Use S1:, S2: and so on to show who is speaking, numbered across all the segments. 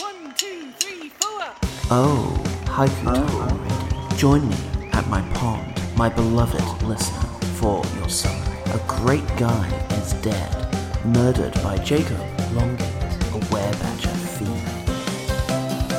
S1: One, two, three, four.
S2: Oh, Haiku Time. Join me at my pond, my beloved listener, for your summer. A great guy is dead, murdered by Jacob Longate, a werebadger fiend.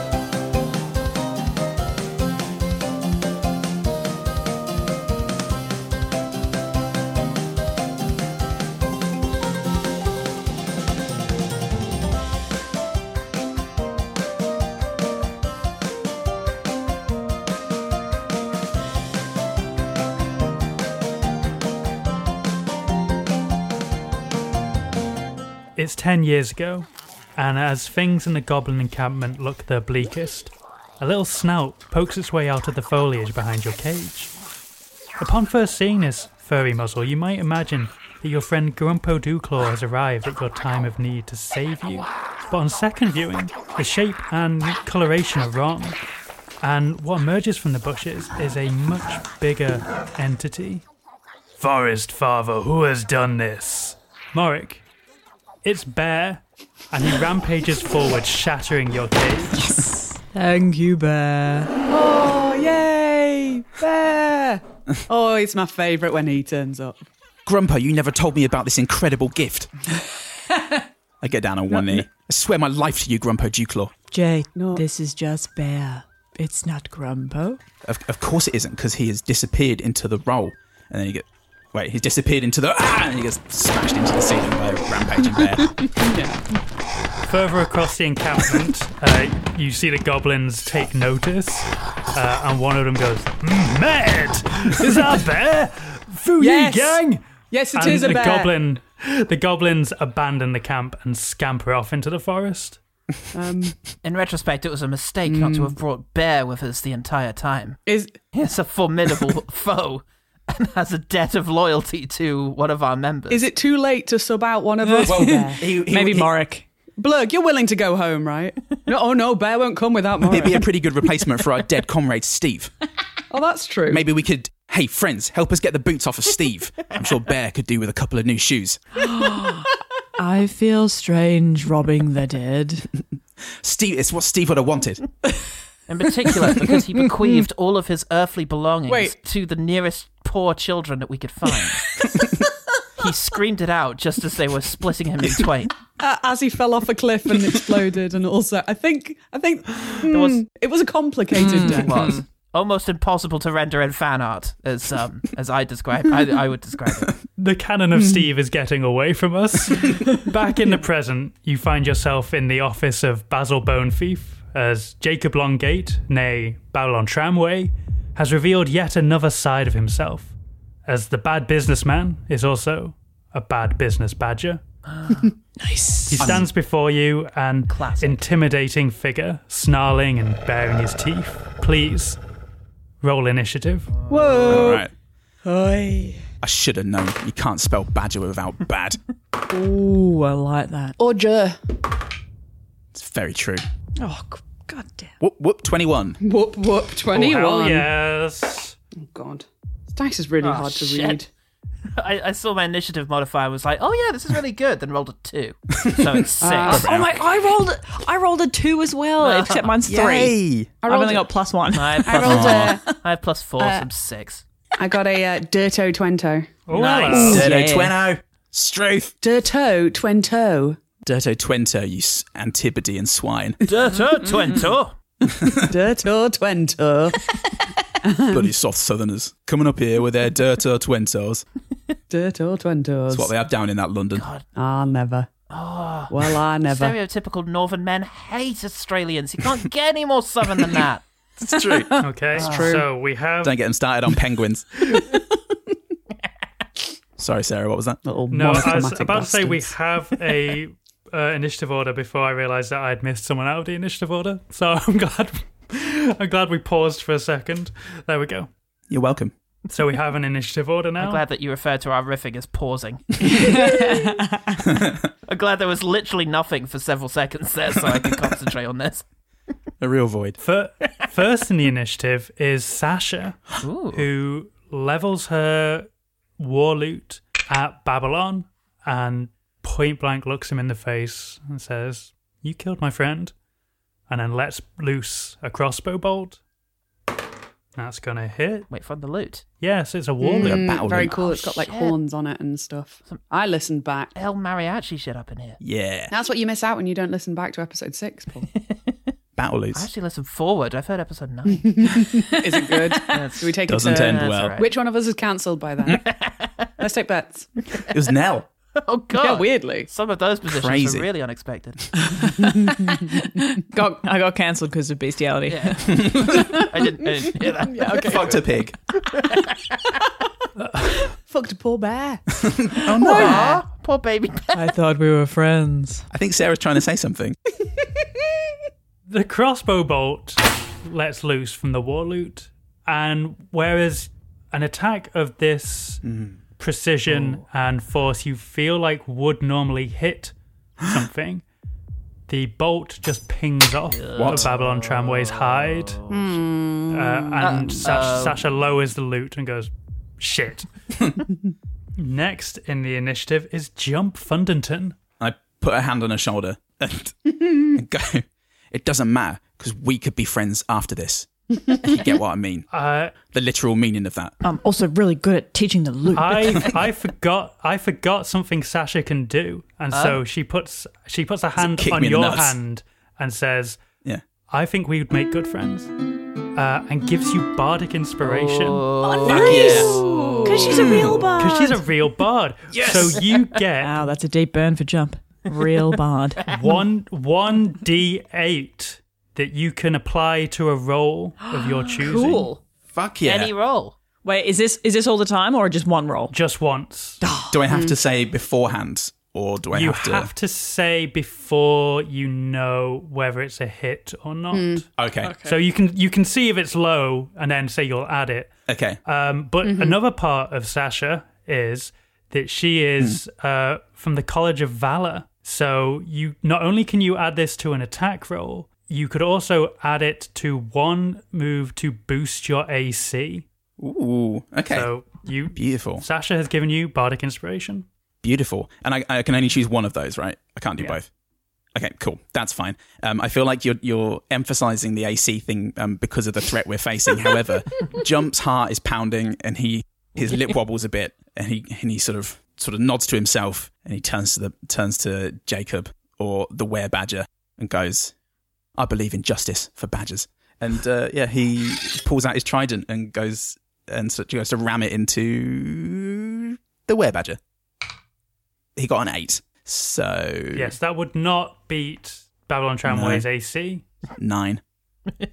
S3: It's 10 years ago, and as things in the goblin encampment look their bleakest, a little snout pokes its way out of the foliage behind your cage. Upon first seeing this furry muzzle, you might imagine that your friend Grumpo Dewclaw has arrived at your time of need to save you. But on second viewing, the shape and coloration are wrong, and what emerges from the bushes is a much bigger entity. Forest Father, who has done this? Morik, it's Bear, and he rampages forward, shattering your cage.
S4: Thank you, Bear. Oh, yay! Bear! Oh, it's my favourite when he turns up.
S5: Grumpo, you never told me about this incredible gift. I get down on one knee. I swear my life to you, Grumpo Dewclaw.
S4: Jay, this is just Bear. It's not Grumpo.
S5: Of, of course it isn't, because he has disappeared into the roll. And then you get. Wait, he's disappeared into the. Ah! And he gets smashed into the ceiling by a rampaging bear.
S3: Further across the encampment, uh, you see the goblins take notice, uh, and one of them goes, "Mm, Mad! Is that a bear? Foo
S4: Yes!
S3: ye gang!
S4: Yes, it is
S3: and
S4: a
S3: the
S4: bear.
S3: goblin, the goblins abandon the camp and scamper off into the forest.
S4: Um,
S6: In retrospect, it was a mistake not to have brought Bear with us the entire time.
S4: is
S6: It's a formidable foe and has a debt of loyalty to one of our members.
S4: is it too late to sub out one of us?
S5: He- he-
S7: Maybe
S5: he-
S7: Morik.
S4: Blurg, you're willing to go home, right? No, oh no, Bear won't come without
S5: It'd
S4: Morik.
S5: be a pretty good replacement for our dead comrade, Steve.
S4: Oh, that's true.
S5: Maybe we could. Hey, friends, help us get the boots off of Steve. I'm sure Bear could do with a couple of new shoes.
S7: I feel strange robbing the dead.
S5: Steve, it's what Steve would have wanted.
S6: In particular, because he bequeathed all of his earthly belongings
S4: Wait.
S6: to the nearest poor children that we could find. he screamed it out just as they were splitting him in twain.
S4: Uh, as he fell off a cliff and exploded, and also, I think, I think hmm,
S6: was-
S4: it was a complicated
S6: It
S4: death.
S6: was almost impossible to render in fan art, as um, as I describe, I, I would describe it.
S3: The cannon of Steve is getting away from us. Back in the present, you find yourself in the office of Basil Bone Thief as Jacob Longate, nay Babylon Tramway, has revealed yet another side of himself, as the bad businessman is also a bad business badger. nice. He stands before you and
S6: Classic.
S3: intimidating figure, snarling and baring his teeth. Please roll initiative.
S4: Whoa!
S5: All right.
S7: Oi.
S5: I should have known. You can't spell badger without bad.
S7: Ooh, I like that.
S4: Order.
S5: It's very true.
S7: Oh, g- god damn.
S5: Whoop, whoop, 21.
S4: Whoop whoop. Twenty one.
S3: Hell yes.
S4: Oh God. This dice is really hard to
S6: shit.
S4: read.
S6: I, I saw my initiative modifier and was like, oh yeah, this is really good. Then rolled a two, so it's six.
S7: Oh my! I rolled. I rolled a two as well. Except mine's three.
S5: Yay!
S7: I've only got plus one.
S6: I uh, have
S4: I
S6: plus,
S4: rolled a.
S6: I have plus four, so I'm six.
S4: I got a uh, dirto twento.
S3: Nice.
S5: Dirto
S7: yeah.
S5: Tweno. Struth.
S4: Dirto twento.
S5: Dirto Twento, you s- Antipodean swine.
S6: Dirter twento.
S4: Dirto twento.
S5: Bloody soft southerners. Coming up here with their Dirto Twentos.
S4: Dirto twentos.
S5: That's what they have down in that London.
S4: Ah, never. Well, I never.
S6: Stereotypical northern men hate Australians. You can't get any more southern than that.
S5: It's true.
S3: Okay. So we have
S5: Don't get them started on penguins. Sorry, Sarah, what was that?
S4: Little
S3: No, I was
S4: monochromatic
S3: about to say we
S4: bastards.
S3: have a uh, initiative order before I realised that I'd missed someone out of the initiative order. So I'm glad, I'm glad we paused for a second. There we go.
S5: You're welcome.
S3: So we have an initiative order now.
S6: I'm glad that you referred to our riffing as pausing. I'm glad there was literally nothing for several seconds there, so I could concentrate on this.
S5: A real void.
S3: Fir- first in the initiative is Sasha,
S6: Ooh.
S3: who levels her war loot at Babylon and point blank looks him in the face and says, "You killed my friend. and then lets loose a crossbow bolt. That's gonna hit.
S6: Wait for the loot.
S3: Yes, it's a warlock.
S5: Mm. battle
S4: very
S5: loop.
S4: cool. It's got like
S6: Shit.
S4: horns on it and stuff. I listened back.
S6: El mariachi shit up in here.
S5: Yeah.
S4: That's what you miss out when you don't listen back to episode six, Paul.
S5: Battle
S6: I
S5: lose.
S6: actually listened forward. I've heard episode nine.
S4: Isn't good.
S6: That's-
S4: Do we take a
S5: Doesn't
S4: turn?
S5: end
S6: That's
S5: well.
S6: all right.
S4: Which one of us is cancelled by then? Let's take bets.
S5: It was Nell.
S6: oh god.
S4: Yeah, weirdly.
S6: Some of those positions
S5: Crazy.
S6: are really unexpected.
S7: Got, I got cancelled because of bestiality.
S6: Yeah. I didn't, I didn't hear that.
S4: Yeah, okay.
S5: Fucked a pig.
S4: Fucked a poor bear.
S5: Oh no.
S6: Aw, poor baby.
S7: I thought we were friends.
S5: I think Sarah's trying to say something.
S3: The crossbow bolt lets loose from the war loot, and whereas an attack of this precision and force you feel like would normally hit something, the bolt just pings off
S5: What?
S3: of Babylon Tramway's hide, uh, and Sasha, Sasha lowers the loot and goes, "Shit." Next in the initiative is Jump Fundenton.
S5: I put a hand on her shoulder and, and go, it doesn't matter because we could be friends after this. If you get what I mean?
S3: Uh,
S5: The literal meaning of that.
S7: I'm also really good at teaching the loot.
S6: Oh,
S3: I I forgot I forgot something Sasha can do, and so she puts she puts a hand
S5: Oh. kick
S3: on
S5: me in the
S3: your
S5: nuts.
S3: hand and says,
S5: Yeah.
S3: "I think we would make good friends," uh, and gives you bardic inspiration
S5: Oh.
S7: Oh, Because she's a real
S6: Mm.
S7: bard.
S3: because she's a real bard. So you get
S7: Wow, that's a deep burn for jump. Real bard.
S3: one one d eight that you can apply to a roll of your choosing,
S7: Cool.
S5: Fuck yeah.
S6: Any roll.
S7: Wait, is this is this all the time or just one roll?
S3: just once.
S5: do I have to say beforehand or do I
S3: Mm. you
S5: have to?
S3: have to say before you know whether it's a hit or not.
S5: Okay.
S3: So you can you can see if it's low and then say you'll add it.
S5: Okay.
S3: Um, but another part of Sasha is that she is
S5: Mm.
S3: uh, from the College of Valor. So you not only can you add this to an attack roll, you could also add it to one move to boost your AC.
S5: Ooh. Okay.
S3: So you
S5: Beautiful.
S3: Sasha has given you bardic inspiration.
S5: Beautiful. And I, I can only choose one of those, right? I can't do both. Okay, cool. That's fine. Um, I feel like you're you're emphasizing the AC thing um, because of the threat we're facing. However, Jump's heart is pounding, and he his lip wobbles a bit, and he and he sort of sort of nods to himself, and he turns to the turns to Jacob or the Were Badger and goes, "I believe in justice for badgers." And uh, yeah, he pulls out his trident and goes and sort of goes to ram it into the Were Badger. He got an eight, so
S3: Yes, that would not beat Babylon Tramway's AC.
S5: nine.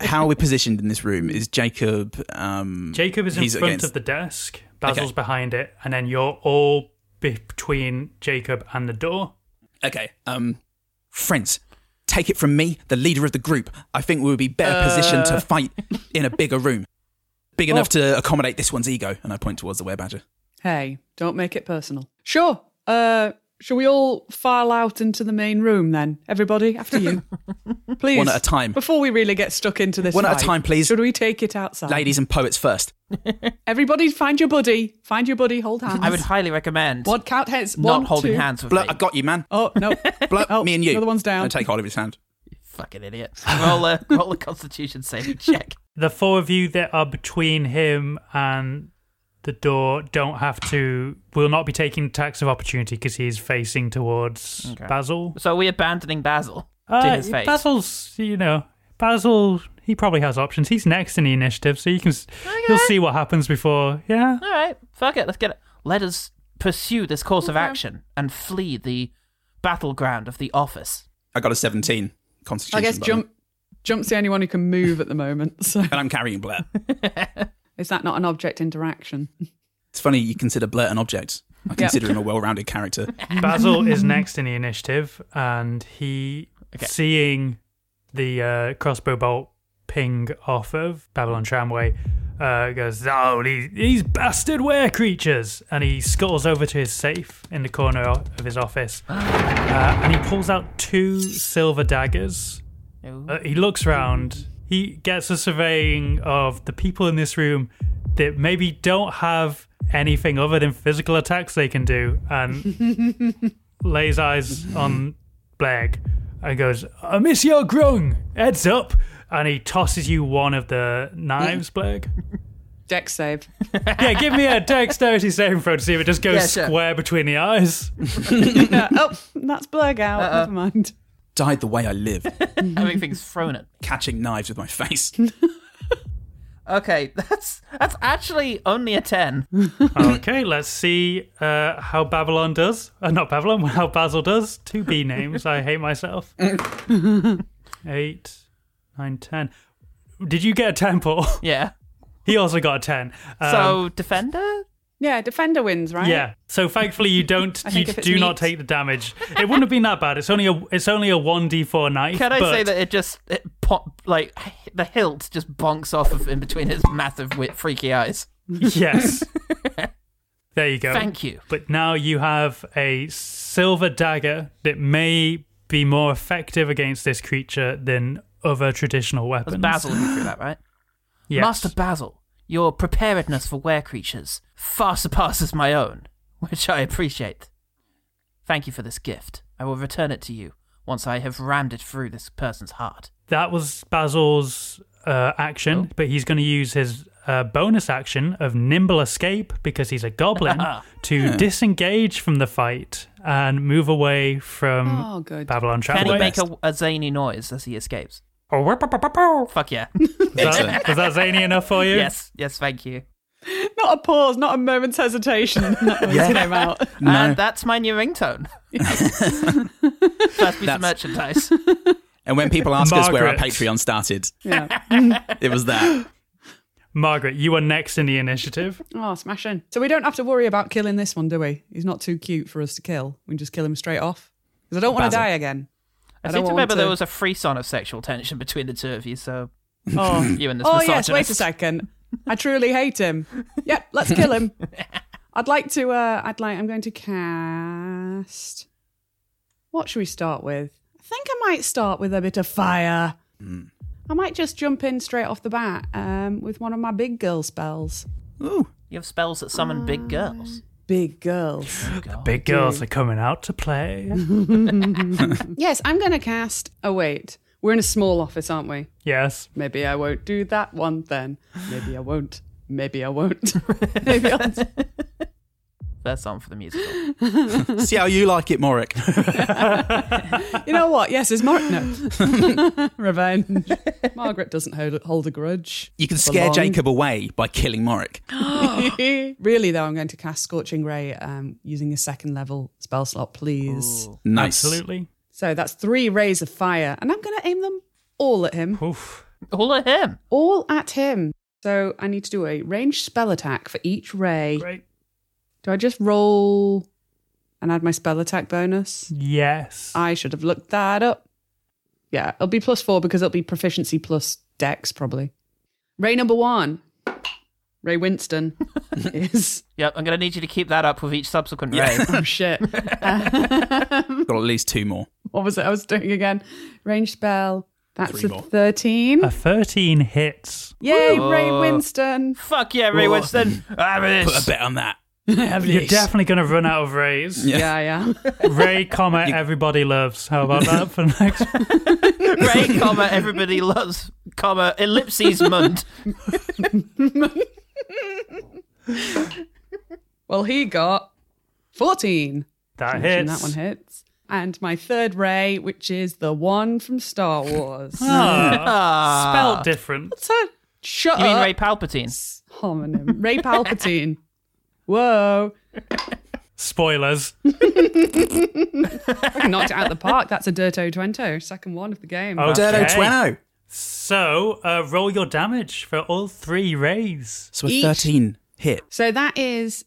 S5: How are we positioned in this room? Is Jacob? Um,
S3: Jacob is in
S5: he's
S3: front
S5: against-
S3: of the desk. Basil's behind it, and then you're all between Jacob and the door.
S5: Okay. Um, friends, take it from me, the leader of the group. I think we would be better positioned to fight in a bigger room, big enough to accommodate this one's ego. And I point towards the were badger.
S4: Hey, don't make it personal. Sure. Uh, shall we all file out into the main room then? Everybody, after you. Please.
S5: One at a time.
S4: Before we really get stuck into this.
S5: One at a
S4: fight,
S5: time, please.
S4: Should we take it outside?
S5: Ladies and poets first.
S4: Everybody, find your buddy. Find your buddy. Hold hands.
S6: I would highly recommend
S4: One count heads.
S6: not
S4: One,
S6: holding
S4: two-
S6: hands with
S5: Blood,
S6: me.
S5: I got you, man.
S4: Oh, no.
S5: Blood,
S4: Oh,
S5: me and you.
S4: the other one's down.
S5: I take hold of his hand.
S6: Fucking idiot. Roll a, roll a constitution saving check.
S3: The four of you that are between him and the door don't have to, will not be taking tax of opportunity because he's facing towards
S6: Okay.
S3: Basil.
S6: So are we abandoning Basil to
S3: Uh,
S6: his face?
S3: Basil's, you know, Basil. He probably has options. He's next in the initiative, so you can s you'll see what happens before. Yeah,
S6: All right, fuck it. Let's get it. Let us pursue this course of action and flee the battleground of the office.
S5: I got a 17 constitution.
S4: I guess
S5: by the
S4: jump.
S5: way.
S4: Jump's the only one who can move at the moment. So
S5: And I'm carrying Blair.
S4: is that not an object interaction?
S5: It's funny you consider Blair an object. I consider him a well-rounded character.
S3: Basil is next in the initiative, and he seeing the uh, crossbow bolt ping off of Babylon Tramway uh, goes, "Oh, these, these bastard were creatures!" And he scuttles over to his safe in the corner o- of his office, uh, and he pulls out two silver daggers. Uh, he looks round. He gets a surveying of the people in this room that maybe don't have anything other than physical attacks they can do, and lays eyes on Blag and goes, "I miss your grung. Heads up!" And he tosses you one of the knives, Blake.
S4: Deck save.
S3: yeah, give me a dexterity saving throw to see if it just goes
S6: Yeah, sure.
S3: square between the eyes.
S4: Yeah, oh, that's Blurg out.
S5: Uh-uh.
S4: Never mind.
S5: Died the way I live,
S6: having things thrown at.
S5: catching knives with my face.
S6: Okay, that's that's actually only a ten.
S3: okay, let's see uh, how Babylon does. Uh, not Babylon, how Basil does. Two B names. I hate myself. Eight, nine, ten. Did you get a ten, Paul?
S6: Yeah.
S3: he also got a ten. Um,
S6: So defender.
S4: Yeah, defender wins, right?
S3: Yeah. So thankfully you don't
S4: I
S3: you
S4: think if it's
S3: do not
S4: neat-
S3: take the damage. It wouldn't have been that bad. It's only a it's only a one d four knife.
S6: Can I
S3: but
S6: say that it just it pop like the hilt just bonks off of in between his massive wi- freaky eyes.
S3: Yes. there you go.
S6: Thank you.
S3: But now you have a silver dagger that may be more effective against this creature than other traditional weapons.
S6: That's Basil who threw that, right?
S3: Yes.
S6: Master Basil, your preparedness for were creatures far surpasses my own, which I appreciate. Thank you for this gift. I will return it to you once I have rammed it through this person's heart.
S3: that was Basil's uh,
S6: Oh.
S3: action, but he's going to use his uh, bonus action of nimble escape because he's a goblin to disengage from the fight and move away from
S4: Oh, good.
S3: Babylon Trapway.
S6: Can he
S5: Wait.
S6: make a, a zany noise as he escapes?
S3: Oh, whip, whip, whip, whip, whip.
S6: Fuck yeah.
S3: Was
S5: Excellent.
S3: that, was that zany enough for you?
S6: yes, yes, thank you.
S4: Not a pause, not a moment's hesitation. That one came out.
S5: No.
S6: And that's my new ringtone. First piece of
S5: That's-
S6: merchandise.
S5: And when people ask us where our
S3: Margaret.
S5: Patreon started,
S4: Yeah.
S5: it was that.
S3: Margaret, you are next in the initiative.
S4: Oh, smashing. So we don't have to worry about killing this one, do we? He's not too cute for us to kill. We can just kill him straight off. Because I don't want to
S5: Basil.
S4: die again.
S6: I,
S4: I don't
S6: seem to
S4: want
S6: remember there
S4: to-
S6: was a frisson of sexual tension between the two of you, so
S4: Oh,
S6: you and this
S4: oh
S6: misogynist.
S4: yes, wait a second. I truly hate him. Yep, let's kill him. I'd like to, uh, I'd like, I'm going to cast. What should we start with? I think I might start with a bit of fire. I might just jump in straight off the bat um, with one of my big girl spells.
S5: Ooh.
S6: You have spells that summon big girls.
S4: Big girls.
S3: Big girls are coming out to play.
S4: yes, I'm going to cast. Oh, wait. We're in a small office, aren't we?
S3: yes.
S4: Maybe I won't do that one then. Maybe I won't. Maybe I won't. Maybe I'll.
S6: First song for the musical.
S5: See how you like it, Morik.
S4: You know what? Yes, it's Mark. No. Revenge. Margaret doesn't hold, hold a grudge.
S5: You can
S4: For
S5: scare
S4: long.
S5: Jacob away by killing Morik.
S4: really, though, I'm going to cast Scorching Ray um, using a second level spell slot, please.
S5: Nice.
S3: Absolutely.
S4: So that's three rays of fire, and I'm going to aim them all at him.
S3: Oof.
S6: All of him.
S4: All at him. So I need to do a ranged spell attack for each ray.
S3: Great.
S4: Do I just roll and add my spell attack bonus?
S3: Yes.
S4: I should have looked that up. Yeah, it'll be plus four because it'll be proficiency plus dex, probably. Ray number one, Ray Winston, is.
S6: Yep, I'm going to need you to keep that up with each subsequent
S5: Yeah.
S6: raid.
S4: Oh, shit. Um,
S5: Got at least two more.
S4: what was it I was doing again? Range spell. That's
S5: Three
S4: a
S5: more.
S4: 13.
S3: a 13 hits.
S4: Yay, Ray
S6: Whoa.
S4: Winston.
S6: Fuck yeah, Ray
S5: Whoa.
S6: Winston.
S5: Put a
S6: Aris.
S5: bet on that.
S3: You're definitely going to run out of rays.
S5: Yeah.
S4: Yeah, yeah.
S3: Ray, comma, everybody loves. How about that for next?
S6: Ray, comma, everybody loves, comma, ellipses mund.
S4: Well, he got 14.
S3: That
S4: Imagine
S3: hits.
S4: That one hits. And my third ray, which is the one from Star Wars.
S3: Ah, spelled different.
S4: So shut
S6: Uh, You mean
S5: Uh,
S4: up.
S6: Ray Palpatine?
S4: homonym. Ray Palpatine. Whoa.
S3: Spoilers.
S4: I knocked it out of the park. That's a Dirto Twento, second one of the game.
S3: Oh.
S5: Dirto
S3: Okay.
S5: Tweno.
S3: So, uh, roll your damage for all three rays.
S5: So a
S4: Each-
S5: 13 hit.
S4: So that is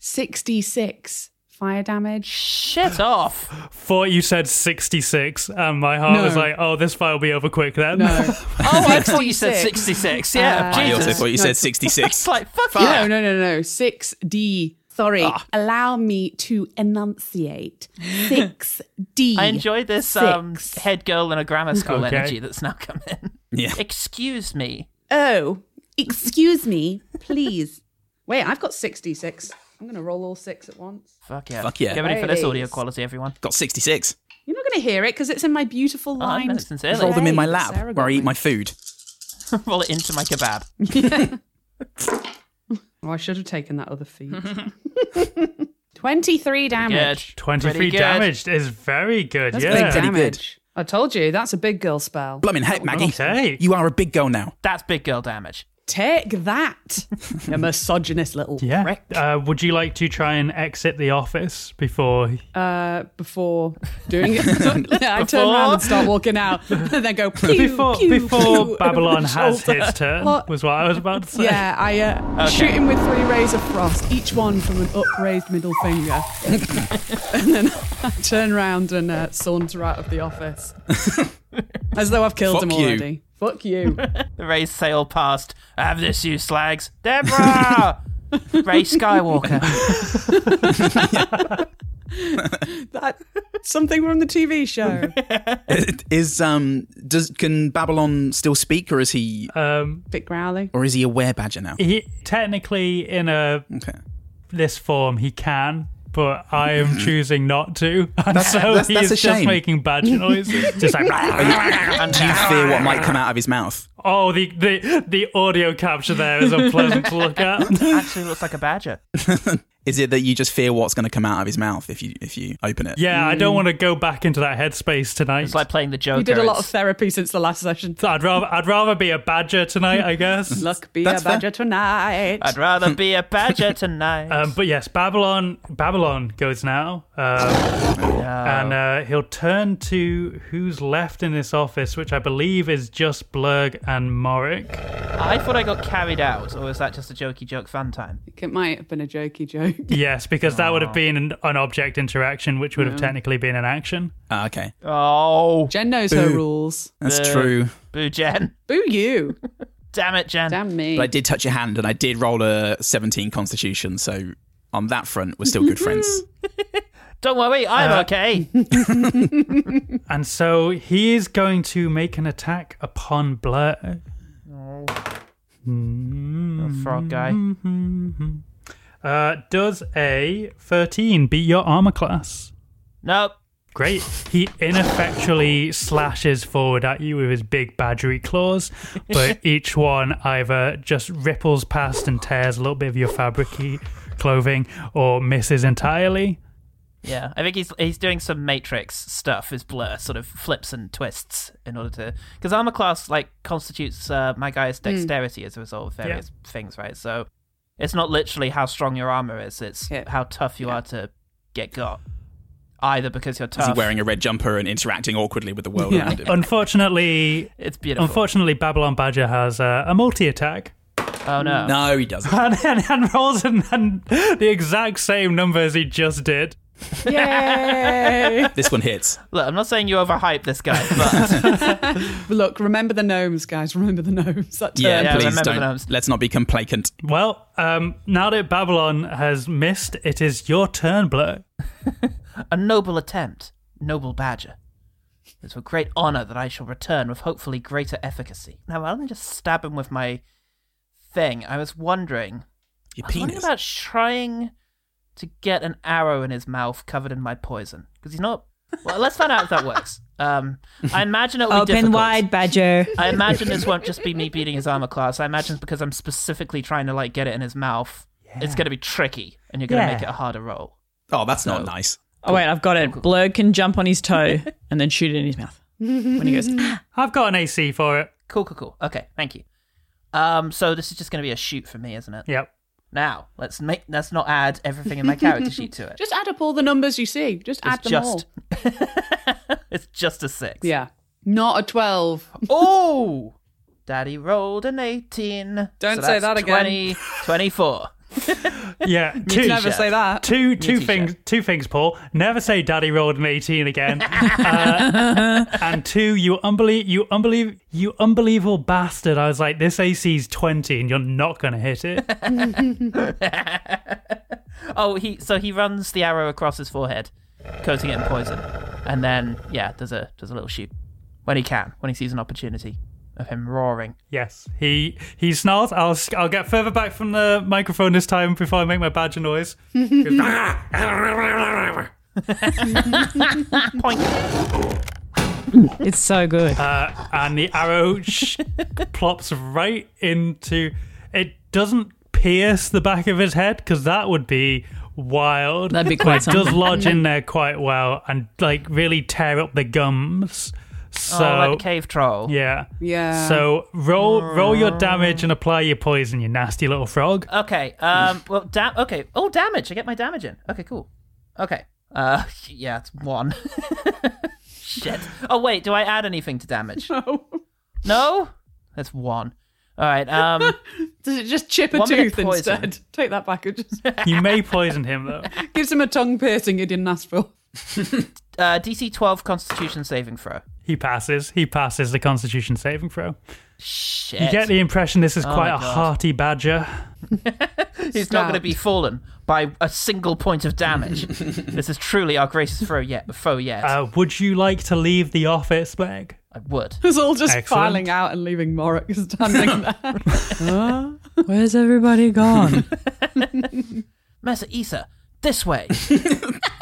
S4: 66 fire damage.
S6: Shit off.
S3: Thought you said 66, and my heart
S4: No.
S3: was like, oh, this fight will be over quick then.
S6: Oh, I thought you said
S4: 66.
S6: 66. Yeah,
S4: Uh,
S5: I also
S6: Jesus.
S5: thought you
S4: No,
S5: said
S4: it's-
S6: It's
S5: 66.
S6: like, fuck
S4: No,
S6: yeah.
S4: no, no, no. 6D. Sorry.
S5: Ah.
S4: Allow me to enunciate. 6D.
S6: I enjoy this um, head girl in a grammar school
S3: Okay.
S6: energy that's now come in.
S5: yeah.
S6: Excuse me.
S4: Oh, excuse me, please. Wait, I've got 66. I'm going to roll all six at once.
S6: Fuck yeah.
S5: Fuck yeah.
S6: Get ready for this audio
S4: Ladies.
S6: quality, everyone.
S5: Got 66.
S4: You're not going to hear it because it's in my beautiful
S6: Oh, I
S4: line.
S6: meant it sincerely.
S5: Roll them in my
S4: Hey,
S5: lap
S4: Sarah
S5: where
S4: got
S5: I eat my
S4: me.
S5: food.
S6: Roll it into my kebab.
S4: Oh, I should have taken that other feat. 23 damage.
S6: Good.
S3: 23
S6: Pretty good.
S3: damaged is very good.
S4: That's
S3: yeah.
S4: big
S5: Pretty good.
S4: damage. I told you, that's a big girl spell.
S5: Blimmin' heck, Maggie.
S3: Okay.
S5: You are a big girl now.
S6: That's big girl damage.
S4: Take that, you misogynist little
S3: Yeah.
S4: prick.
S3: Uh, would you like to try and exit the office before?
S4: Uh, before doing it, I turn around and start walking out, and then go pew,
S3: Before,
S4: pew,
S3: before
S4: pew,
S3: Babylon
S4: over the
S3: has
S4: shoulder.
S3: his turn,
S4: Oh, What?
S3: was what I was about to say.
S4: Yeah, I uh, shoot him with three rays of frost, each one from an upraised middle finger. and then I turn round and uh, saunter out of the office. As though I've killed
S5: Fuck
S4: him
S5: you.
S4: already. Fuck you.
S6: The rays sail past. Have this, you slags. Deborah! Ray Skywalker.
S4: that something from the TV show.
S5: Is um does can Babylon still speak or is he
S3: Um,
S4: Bit growly.
S5: or is he a werebadger now?
S3: he technically in a
S5: Okay.
S3: this form he can, but I am choosing not to, and so
S5: that's-
S3: he's
S5: that's a
S3: just
S5: shame.
S3: making bad noises, just like.
S5: Do you fear what might come out of his mouth?
S3: Oh, the, the the audio capture there is unpleasant to look at.
S6: Actually looks like a badger.
S5: Is it that you just fear what's going to come out of his mouth if you if you open it?
S3: Yeah, I don't want to go back into that headspace tonight.
S6: It's like playing the Joker.
S4: You did a lot of
S6: It's-
S4: therapy since the last session.
S3: I'd rather I'd rather be a badger tonight, I guess.
S4: Luck be
S5: That's
S4: a
S5: fair.
S4: badger tonight.
S6: I'd rather be a badger tonight.
S3: Um, but yes, Babylon Babylon goes now, um, and uh, he'll turn to who's left in this office, which I believe is just Blurg and Morik.
S6: I thought I got carried out, or was that just a jokey joke fan time?
S4: It might have been a jokey joke.
S3: Yes, because that would have been an, an object interaction, which would have technically been an action.
S5: Ah, okay,
S6: Oh,
S4: Jen knows her rules.
S5: that's
S6: Uh,
S5: true.
S6: boo, Jen.
S4: Boo you.
S6: Damn it, Jen.
S4: Damn me.
S5: But I did touch your hand and I did roll a 17 Constitution, so on that front we're still good friends.
S6: Don't worry, I'm
S7: Uh,
S6: okay.
S3: And so he is going to make an attack upon Blurg.
S6: Frog guy.
S4: Mm.
S3: Uh, does a 13 beat your armor class?
S6: Nope.
S3: Great. He ineffectually slashes forward at you with his big badgery claws, but each one either just ripples past and tears a little bit of your fabricy clothing or misses entirely.
S6: Yeah, I think he's he's doing some Matrix stuff. His blur sort of flips and twists in order to because armor class like constitutes uh, my guy's
S4: Hmm.
S6: dexterity as a result of various things, right? So it's not literally how strong your armor is; it's
S4: Yeah.
S6: how tough you are to get got. Either because you're
S5: Is he
S6: tough,
S5: wearing a red jumper and interacting awkwardly with the world
S4: Yeah.
S5: around him?
S3: Unfortunately,
S6: it's beautiful.
S5: Oh,
S3: unfortunately, Babylon Badger has uh, a multi attack.
S6: oh no.
S5: No, he doesn't.
S3: And, and, and rolls and, and the exact same number as he just did.
S4: Yay.
S5: This one hits.
S6: Look, I'm not saying you overhype this guy, but
S4: Look, remember the gnomes, guys. Remember the gnomes. That
S5: Yeah,
S4: term.
S6: Yeah,
S5: please
S6: remember the
S5: don't.
S6: names.
S5: Let's not be complacent.
S3: Well, um, now that Babylon has missed, it is your turn, Blur.
S6: a noble attempt, noble badger. It's with great honour that I shall return with hopefully greater efficacy. Now, rather than just stab him with my thing, I was wondering
S5: Your
S6: I was wondering
S5: penis.
S6: about trying to get an arrow in his mouth covered in my poison because he's not. Well, let's find out if that works. Um, I imagine
S1: Oh,
S6: it will be
S7: Open
S6: difficult.
S7: wide, badger.
S6: I imagine this won't just be me beating his armor class. I imagine it's because I'm specifically trying to like get it in his mouth. It's going to be tricky, and you're going to
S3: Yeah.
S6: make it a harder roll.
S5: Oh, that's not nice.
S7: Oh wait, I've got it. Blurg can jump on his toe and then shoot it in his mouth when he goes. "Ah."
S3: I've got an AC for it.
S6: Cool, cool, cool. Okay, thank you. Um, so this is just going to be a shoot for me, isn't it?
S3: Yep.
S6: Now let's make let's not add everything in my character sheet to it.
S4: Just add up all the numbers you see. Just add
S6: it's
S4: them all.
S6: just it's just a six.
S4: Yeah. Not a 12.
S6: Oh, daddy rolled an 18.
S4: Don't
S6: So
S4: say
S6: that's
S4: that again.
S6: 20, 24.
S3: Yeah, two,
S4: Never say that.
S3: two, two
S6: Nitty
S3: things, two things, Paul. Never say "Daddy rolled an 18 again. uh, and two, you unbelie- you unbelie- you unbelievable bastard. I was like, this AC's 20, and you're not gonna hit it.
S6: Oh, he so he runs the arrow across his forehead, coating it in poison, and then yeah, does a does a little shoot when he can, when he sees an opportunity. of him roaring.
S3: Yes, he he snarls. I'll s- I'll get further back from the microphone this time before I make my badger noise. He goes, "Ah!"
S7: It's so good.
S6: Uh.
S3: and the arrow sh- plops right into. It doesn't pierce the back of his head because that would be wild.
S7: That'd be
S3: But
S7: quite
S3: it does
S7: something.
S3: lodge in there quite well and like really tear up the gums. So
S6: oh, like a cave troll.
S3: yeah.
S4: Yeah.
S3: So roll roll your damage and apply your poison, you nasty little frog.
S6: Okay. Um. Well. Da- okay. Oh, damage. I get my damage in. Okay. Cool. Okay. Uh. Yeah. It's one. Shit. Oh wait. Do I add anything to damage?
S4: No.
S6: No. That's one. All right. Um.
S4: Does it just chip a
S6: One minute
S4: tooth
S6: poison.
S4: instead? Take that back. It just
S3: You may poison him though.
S4: gives him a tongue piercing he didn't ask for.
S6: Uh, DC 12 Constitution saving throw.
S3: He passes. He passes the Constitution saving throw.
S6: Shit. Oh
S3: You get the impression this is quite
S6: my
S3: a
S6: God.
S3: hearty badger.
S6: He's not going to be fallen by a single point of damage. this is truly our greatest throw yet. Foe yet.
S3: Uh, would you like to leave the office, Meg?
S6: I would.
S4: It's all just
S3: Excellent.
S4: filing out and leaving Morik standing there.
S7: Where's everybody gone?
S6: Master Issa, this way.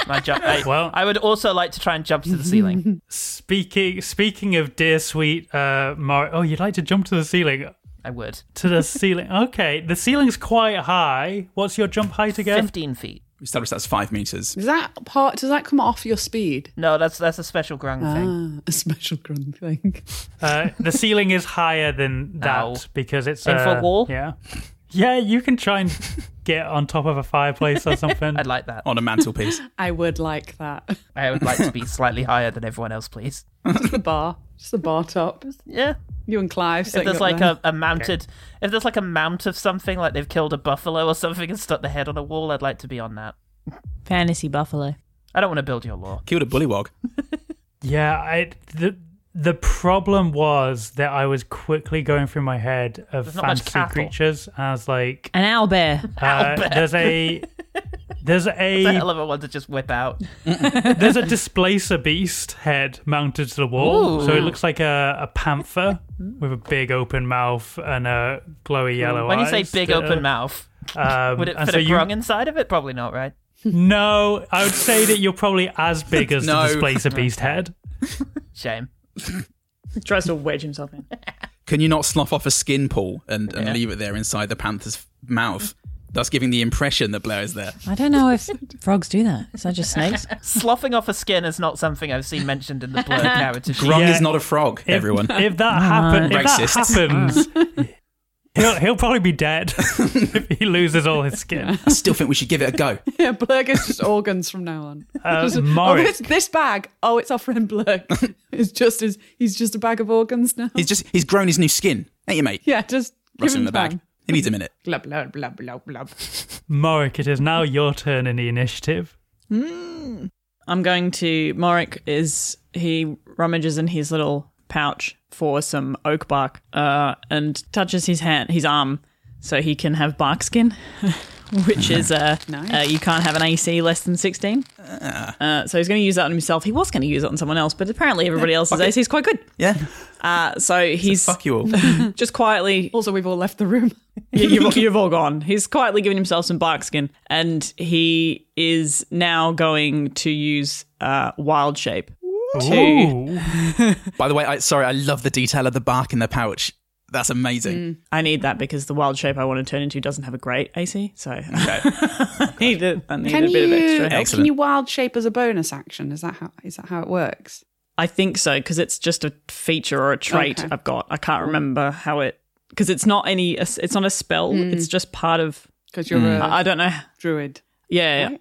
S6: My jump. I,
S3: Well-
S6: I would also like to try and jump to the ceiling.
S3: Speaking speaking of dear sweet uh, Mar, oh, you'd like to jump to the ceiling.
S6: I would.
S3: To the ceiling. Okay, the ceiling's quite high. What's your jump height again?
S6: 15 feet.
S5: We established that's five meters.
S4: Is that part? Does that come off your speed?
S6: No, that's that's a special grung thing.
S4: Ah, a special grun thing.
S3: Uh, the ceiling is higher than that
S6: Ow.
S3: because it's
S6: Aim for
S3: uh,
S6: wall?
S3: Yeah, yeah. You can try and get on top of a fireplace or
S5: Ah.
S3: something.
S6: I'd like that.
S5: On a mantelpiece.
S4: I would like that.
S6: I would like to be slightly higher than everyone else, please.
S4: Just the bar. Just the bar top.
S6: Yeah.
S4: You and Clive.
S6: If
S4: sitting
S6: there's
S4: up
S6: like
S4: there.
S6: a, a mounted, if there's like a mount of something, like they've killed a buffalo or something and stuck the head on a wall, I'd like to be on that.
S1: Fantasy buffalo.
S6: I don't want to build your law.
S5: Killed a bullywog.
S3: Yeah, I the the problem was that I was quickly going through my head of
S6: not much
S3: fantasy
S6: cattle.
S3: creatures as like
S1: An owl bear.
S3: uh, there's a there's
S6: It's a
S3: a
S6: hell of a one to just whip out.
S3: there's a displacer beast head mounted to the wall, so it
S6: Ooh.
S3: looks like a, a panther with a big open mouth and a glowy yellow.
S6: When you say
S3: eyes
S6: big
S3: that
S6: open
S3: are-
S6: mouth,
S3: um,
S6: would it
S3: uh, and
S6: fit
S3: so
S6: a
S3: you-
S6: grung inside of it? Probably not, right?
S3: No, I would say that you're probably as big as
S5: No.
S3: the displacer beast head.
S6: Shame.
S1: Tries to wedge himself in.
S5: Can you not slough off a skin pull and, and
S6: Yeah.
S5: leave it there inside the panther's mouth? Thus giving the impression that Blair is there.
S7: I don't know if frogs do that. Is that just snakes?
S6: Sloughing off a skin is not something I've seen mentioned in the blurred character sheet.
S5: Grung
S3: Yeah.
S5: is not a frog,
S3: If-
S5: everyone.
S3: If that happen, if that
S5: Racist.
S3: happens, he'll he'll probably be dead if he loses all his skin.
S5: I still think we should give it a go.
S4: Yeah, Blurg is just organs from now on.
S3: Uh,
S4: Just- oh,
S3: Morris,
S4: it's this bag. Oh, it's our friend Blurg. it's just his, he's just a bag of organs now.
S5: He's just he's grown his new skin. Ain't you, mate?
S4: yeah, just give
S5: Russ
S4: him
S5: in the bag.
S4: time.
S5: He needs a minute.
S4: Blah blah blah blah blah.
S3: Morik, it is now your turn in the initiative.
S1: I'm going to. Morik is. He rummages in his little pouch for some oak bark uh, and touches his hand, his arm, so he can have bark skin, which is. Uh,
S4: Nice.
S1: uh, you can't have an AC less than 16. Uh, so he's going to use that on himself. He was going to use it on someone else, but apparently everybody else's AC is quite good.
S5: Yeah.
S1: Uh, Eh, so he's
S5: Fuck you all.
S1: just quietly
S4: Also, we've all left the room.
S1: you- you've, you've all gone. He's quietly given himself some bark skin, and he is now going to use uh, wild shape. To,
S3: Ooh.
S5: By the way, I sorry, I love the detail of the bark in the pouch. That's amazing.
S1: I need that because the wild shape I want to turn into doesn't have a great AC, so I need, it, I need
S4: Can
S1: a bit of extra
S4: you
S1: help.
S5: Excellent.
S4: can you wild shape as a bonus action? Is that how is that how it works?
S1: I think so because it's just a feature or a trait
S4: Okay.
S1: I've got. I can't remember how it because it's not any. It's not a spell.
S4: Hmm.
S1: It's just part of.
S4: Because you're a
S1: I I don't know.
S4: druid.
S1: Yeah. yeah.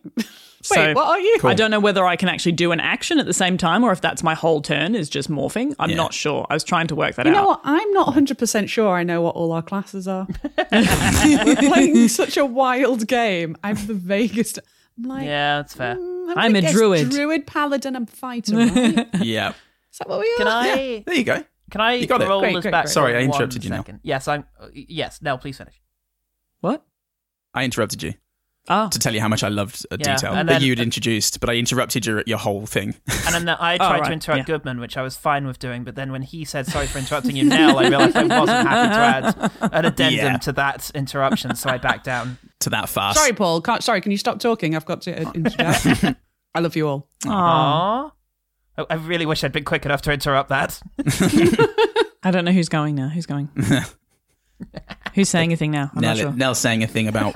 S4: Wait,
S1: So-
S4: what are you?
S1: I don't know whether I can actually do an action at the same time or if that's my whole turn is just morphing. I'm
S5: Yeah.
S1: not sure. I was trying to work that
S4: You
S1: out.
S4: know what? I'm not 100% sure I know what all our classes are. We're playing such a wild game. I have the vaguest. I'm like,
S6: Yeah, that's fair.
S4: mm, I'm,
S1: I'm
S4: gonna
S1: a
S4: guess
S1: druid.
S4: Druid, paladin, and fighter. Right? Is
S5: yeah.
S4: that what we are?
S6: Can I?
S5: There you go.
S6: Can I
S5: You got it.
S6: roll
S4: Great,
S6: this
S4: great,
S6: back?
S4: great.
S5: Sorry, I
S6: one
S5: interrupted you now.
S6: second? Yes, I'm. uh, Yes, Nell, please finish.
S1: What?
S5: I interrupted you.
S1: Oh.
S5: to tell you how much I loved a
S6: Yeah,
S5: detail
S6: and
S5: that
S6: then-
S5: you'd introduced, but I interrupted your your whole thing.
S6: And then I tried
S1: Oh, right,
S6: to interrupt
S1: yeah.
S6: Goodman, which I was fine with doing, but then when he said sorry for interrupting you now, I realized I wasn't happy to add an addendum
S5: Yeah.
S6: to that interruption, so I backed down.
S5: to that fast.
S4: Sorry, Paul. Can't, sorry, can you stop talking? I've got to uh, interject. I love you all.
S1: Mm.
S6: Aww. Oh, I I really wish I'd been quick enough to interrupt that.
S1: I don't know who's going now. Who's going? who's saying anything now? I'm
S5: Nell,
S1: not sure.
S5: Nell's saying a thing about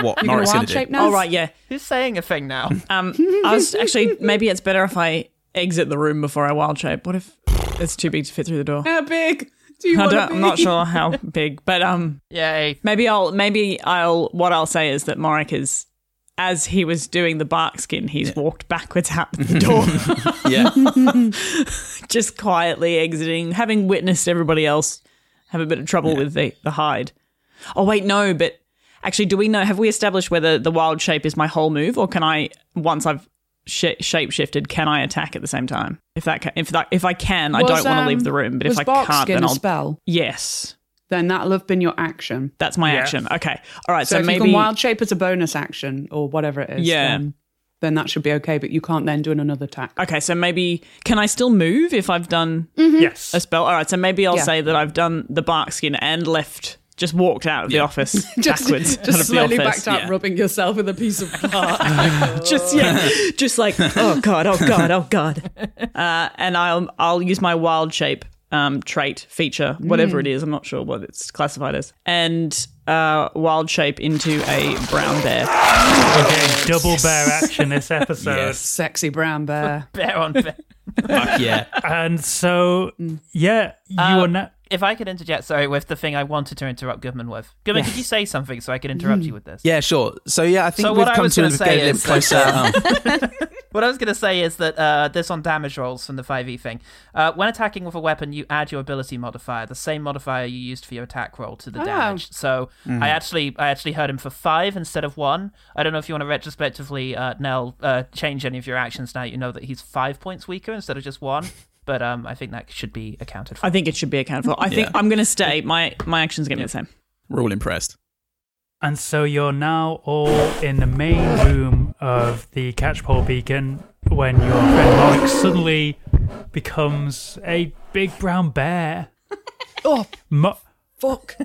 S5: what
S4: You're
S5: Morris
S4: going
S5: going
S4: wild
S5: to
S4: shape
S5: do.
S4: now?
S1: All right, yeah.
S6: Who's saying a thing now? Uh,
S1: Um, I was actually maybe it's better if I exit the room before I wild shape. What if it's too big to fit through the door?
S4: How big do you
S1: I
S4: want to
S1: don't,
S4: be?
S1: I'm not sure how big, but um,
S6: Yay.
S1: maybe I'll maybe I'll what I'll say is that Morik is as he was doing the bark skin, he's walked backwards out the door,
S5: Yeah,
S1: just quietly exiting, having witnessed everybody else have a bit of trouble with the, the hide. Oh wait, no, but actually, do we know? Have we established whether the wild shape is my whole move, or can I once I've sh- shape shifted, can I attack at the same time? If that ca- if that if I can, I
S4: Was,
S1: don't want to
S4: um,
S1: leave the room, but
S4: was
S1: if I
S4: bark
S1: can't,
S4: skin
S1: then
S4: a
S1: I'll
S4: spell.
S1: yes.
S4: Then that'll have been your action.
S1: That's my
S3: Yeah.
S1: action. Okay. All right.
S4: So,
S1: So,
S4: if you
S1: maybe
S4: can wild shape as a bonus action or whatever it is,
S1: Yeah.
S4: then, then that should be okay. But you can't then do another attack.
S1: Okay, so maybe can I still move if I've done
S3: Yes.
S1: a spell? All right, so maybe I'll
S4: Yeah.
S1: say that I've done the bark skin and left, just walked out of the office
S4: Just,
S1: backwards, out
S4: just
S1: of
S4: slowly
S1: the office. Oh.
S4: backed out,
S5: yeah.
S4: rubbing yourself with a piece of bark.
S1: just yeah, just like oh god, oh god, oh god. Uh, and I'll I'll use my wild shape um, trait feature, whatever it is. I'm not sure what it's classified as, and uh, wild shape into a brown bear.
S3: We're getting double bear action this episode.
S5: yes,
S4: Sexy brown bear.
S6: Bear on bear.
S5: fuck yeah.
S3: And so, yeah, you are not.
S6: If I could interject, sorry, with the thing I wanted to interrupt Goodman with. Goodman, could you say something so I could interrupt you with this?
S5: Yeah, sure. So yeah, I think
S6: So
S5: we've
S6: what I
S5: come
S6: was
S5: to
S6: gonna
S5: it,
S6: say
S5: get a
S6: is-
S5: bit closer. um,
S6: What I was going to say is that uh, this on damage rolls from the 5e thing. Uh, when attacking with a weapon, you add your ability modifier, the same modifier you used for your attack roll to the damage. So
S1: Mm-hmm.
S6: I actually I actually heard him for 5 instead of 1. I don't know if you want to retrospectively, uh, Nell, uh, change any of your actions now that you know that he's 5 points weaker instead of just 1. But um, I think that should be accounted for.
S1: I think it should be accounted for. I think
S5: Yeah.
S1: I'm going to stay. My my action's going to be the same.
S5: we're all impressed.
S3: And so you're now all in the main room of the Catchpole Beacon when your friend Morik suddenly becomes a big brown bear.
S4: Oh,
S3: Mo-
S4: fuck.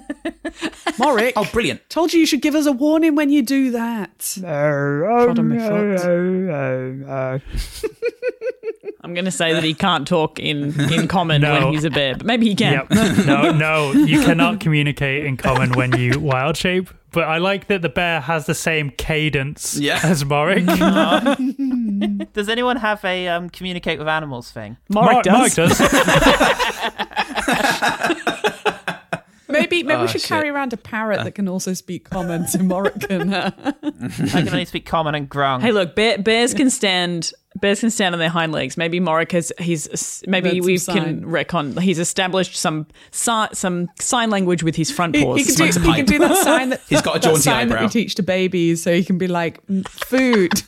S4: Morrick,
S5: Oh, brilliant!
S4: told you you should give us a warning when you do that. Trod on my foot.
S1: I'm going to say that he can't talk in, in common
S3: No.
S1: when he's a bear, but maybe he can.
S3: Yep. No, no, you cannot communicate in common when you wild shape. But I like that the bear has the same cadence
S5: Yeah.
S3: as Morik.
S6: Does anyone have a um, communicate with animals thing?
S1: Mark,
S3: Mor-
S1: does.
S3: Morik does.
S4: Maybe maybe we should
S5: shit.
S4: carry around a parrot that can also speak common to Morrick and uh,
S6: I can only speak common and grung.
S1: Hey, look, bear, bears can stand. Bears can stand on their hind legs. Maybe Morik has he's maybe
S4: That's some
S1: we
S4: sign.
S1: can reckon he's established some si- some sign language with his front
S4: He,
S1: paws.
S4: he, can do,
S5: Smokes a
S4: he can
S5: pipe.
S4: do that sign that
S5: He's got a
S4: that
S5: jaunty
S4: sign that
S5: eyebrow.
S4: we teach to babies, so he can be like "Mm, food,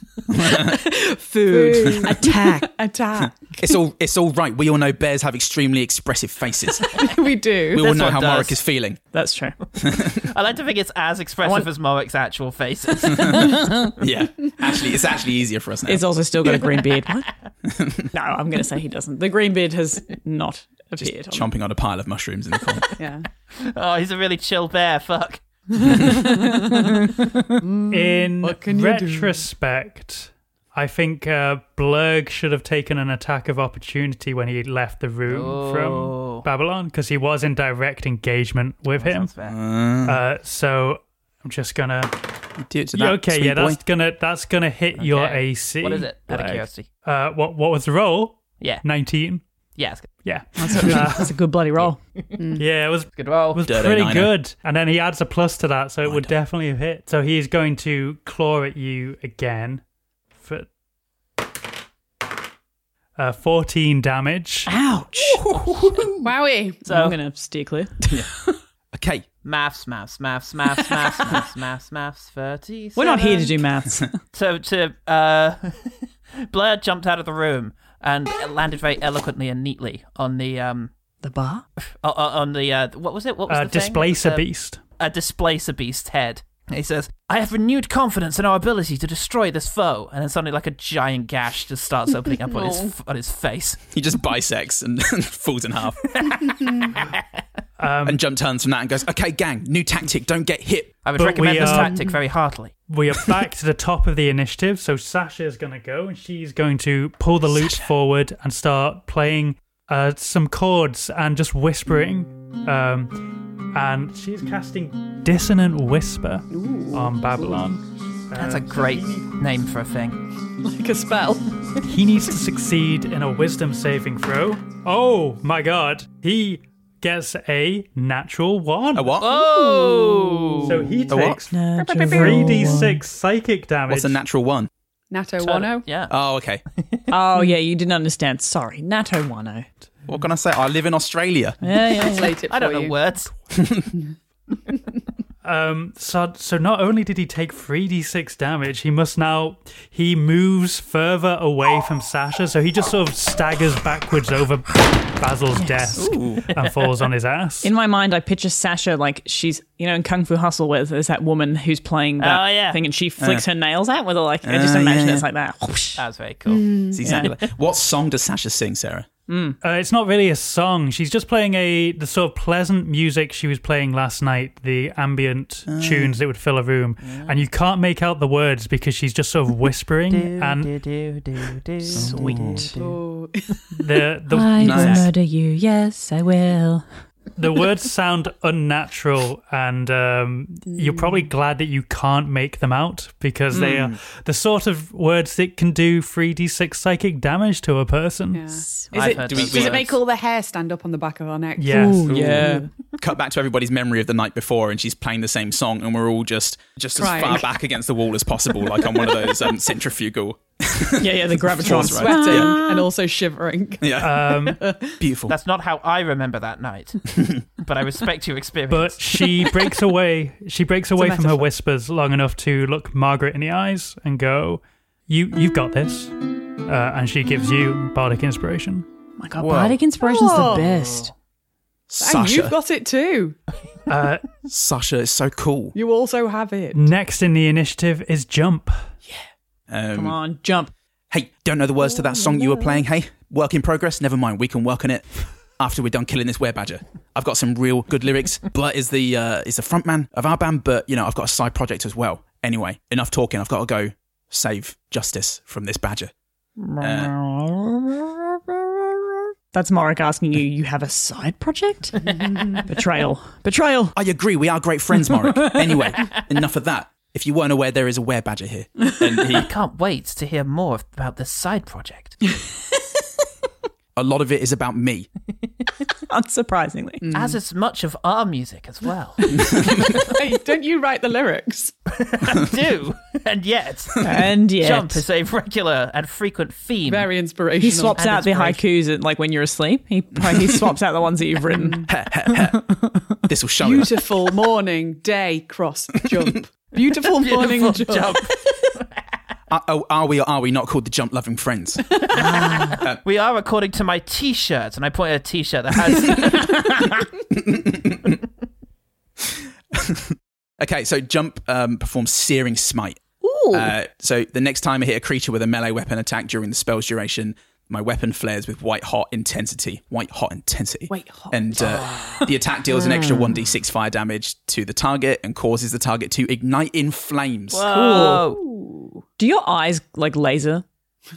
S1: food attack.
S4: attack.
S5: It's all it's all right. We all know bears have extremely expressive faces.
S4: we do.
S5: We all
S6: This
S5: know
S6: one
S5: how
S6: does.
S5: Morik is feeling.
S1: That's true.
S6: I like to think it's as expressive as Moik's actual faces.
S5: Yeah, actually, it's actually easier for us now.
S1: He's also still got a green beard. What? no, I'm going to say he doesn't. The green beard has not
S5: Just
S1: appeared. on-
S5: chomping on a pile of mushrooms in the corner.
S4: Yeah.
S6: oh, he's a really chill bear. Fuck.
S3: In
S4: can you do?
S3: retrospect, I think uh, Blurg should have taken an attack of opportunity when he left the room
S6: Oh.
S3: from Babylon because he was in direct engagement with him.
S6: Sounds fair.
S3: Uh, so I'm just gonna.
S5: Do it Mm-hmm. to
S3: Yeah,
S5: that.
S3: okay,
S5: sweet
S3: yeah,
S5: boy.
S3: that's gonna that's gonna hit your
S6: Okay.
S3: AC.
S6: What is it? Out of
S3: Blurg.
S6: curiosity.
S3: Uh, what what was the roll?
S6: Yeah.
S3: Nineteen.
S6: Yeah. It's good.
S3: Yeah, Uh,
S1: That's a good bloody roll.
S3: yeah, it was
S6: Good roll.
S3: was
S5: Dirty
S3: pretty
S5: niner.
S3: good. And then he adds a plus to that, so it would definitely have hit. So he's going to claw at you again for uh, 14 damage.
S1: Ouch.
S4: Wowie.
S6: so
S1: I'm going to steer clear.
S5: Okay,
S6: maths, maths, maths, maths, maths, maths, maths, maths. Thirty.
S1: We're not here to do maths.
S6: So to uh, Blair jumped out of the room and landed very eloquently and neatly on the um
S1: the bar.
S6: o- o- on the uh, what was it? What was
S3: Uh,
S6: the thing?
S3: displace a
S6: The-
S3: beast.
S6: A displace a beast head. He says, I have renewed confidence in our ability to destroy this foe. And then suddenly, like a giant gash just starts opening up on, his, on his face.
S5: He just bisects and falls in half. and Jump turns from that and goes, okay, gang, new tactic, don't get hit.
S6: I would
S3: But
S6: recommend
S3: we,
S6: this
S3: um,
S6: tactic very heartily.
S3: We are back to the top of the initiative, so Sasha is going to go and she's going to pull the lute forward and start playing uh, some chords and just whispering. Um, and she's casting Dissonant Whisper on Babylon. Uh,
S6: That's a great name for a thing.
S1: Like a spell.
S3: He needs to succeed in a wisdom saving throw. Oh my god, he gets a natural one.
S5: A what?
S6: Oh!
S3: So he
S5: A what?
S3: takes
S7: Natural
S3: 3d6 psychic damage.
S5: What's a natural one?
S4: Nato
S6: Turn-
S4: 10.
S6: Yeah.
S5: Oh, okay.
S1: Oh, yeah, you didn't understand. Sorry. Nato 10.
S5: What can I say? I live in Australia.
S1: Yeah, yeah. yeah.
S4: Translate it
S6: I don't
S4: for
S6: know
S4: you.
S6: words.
S3: Um, so, so not only did he take 3d6 damage, he must now, he moves further away from Sasha, so he just sort of staggers backwards over Basil's desk and falls on his ass.
S1: In my mind, I picture Sasha like she's, you know, in Kung Fu Hustle, where there's that woman who's playing that
S6: Oh, yeah.
S1: thing and she flicks her nails out with her, like, I just
S5: Oh,
S1: imagine
S5: yeah.
S1: it's like that. Whoosh.
S6: That was very cool.
S3: Mm.
S5: It's exactly like- What song does Sasha sing, Sarah?
S3: Uh, it's not really a song, she's just playing a, the sort of pleasant music she was playing last night, the ambient tunes that would fill a room, and you can't make out the words because she's just sort of whispering, and
S1: Sweet.
S4: Oh,
S3: the, the,
S7: I
S5: Nice.
S7: will murder you. Yes, I will.
S3: the words sound unnatural and um, you're probably
S4: Mm.
S3: glad that you can't make them out because they are the sort of words that can do 3d6 psychic damage to a person
S4: yeah. Is
S6: I've
S4: it,
S6: heard
S4: does
S6: those
S4: it
S6: words.
S4: make all the hair stand up on the back of our neck?
S3: yes
S5: Yeah.
S1: Oh
S5: Cut back to everybody's memory of the night before, and she's playing the same song, and we're all just just
S4: Crying.
S5: as far back against the wall as possible, like on one of those um, centrifugal.
S1: Yeah, yeah, the Gravitron.
S5: Force, right?
S4: Sweating
S5: Yeah.
S4: and also shivering.
S5: Yeah.
S3: um,
S5: Beautiful.
S6: That's not how I remember that night, but I respect your experience.
S3: but she breaks away she breaks away from her
S4: metaphor.
S3: whispers long enough to look margaret in the eyes and go you you've got this uh, and she gives you bardic inspiration
S7: my god, Bardic Inspiration's
S4: Whoa.
S7: the best.
S4: And
S5: Sasha.
S4: you've got it too.
S3: uh,
S5: Sasha is so cool.
S4: You also have it.
S3: next in the initiative is jump
S5: Um,
S1: Come on, jump.
S5: Hey, don't know the words to that song you were playing. Hey, work in progress. Never mind. We can work on it after we're done killing this werebadger. I've got some real good lyrics. Blurt is the uh, is the frontman of our band, but you know I've got a side project as well. Anyway, enough talking. I've got to go save justice from this badger. Uh,
S1: That's Morik asking you, you have a side project? Betrayal. Betrayal.
S5: I agree. We are great friends, Morik. Anyway, enough of that. If you weren't aware, there is a werebadger here, and he,
S6: I can't wait to hear more about this side project.
S3: Mm.
S5: a lot of it is about me.
S1: Unsurprisingly.
S6: As is much of our music as well.
S4: hey, don't you write the lyrics?
S6: Do and yet,
S1: And yeah.
S6: jump is a regular and frequent theme.
S4: Very inspirational.
S1: He swaps
S6: And
S1: out the
S6: inspiration.
S1: haikus at, like when you're asleep. He he swaps out the ones that you've written.
S5: This will show us.
S4: Beautiful morning, day, cross, jump. Beautiful morning,
S6: Beautiful
S4: jump.
S6: jump.
S5: Are, oh, are we or are we not called the jump loving friends?
S6: We are according to my T-shirt, and I point at a T-shirt that has
S5: Okay, so jump um, performs searing smite. Uh, so the next time I hit a creature with a melee weapon attack during the spell's duration, my weapon flares with white hot intensity. White hot intensity. White hot. And uh, the attack deals an extra 1d6 fire damage to the target and causes the target to ignite in flames.
S6: whoa.
S1: Uh, Do your eyes like laser?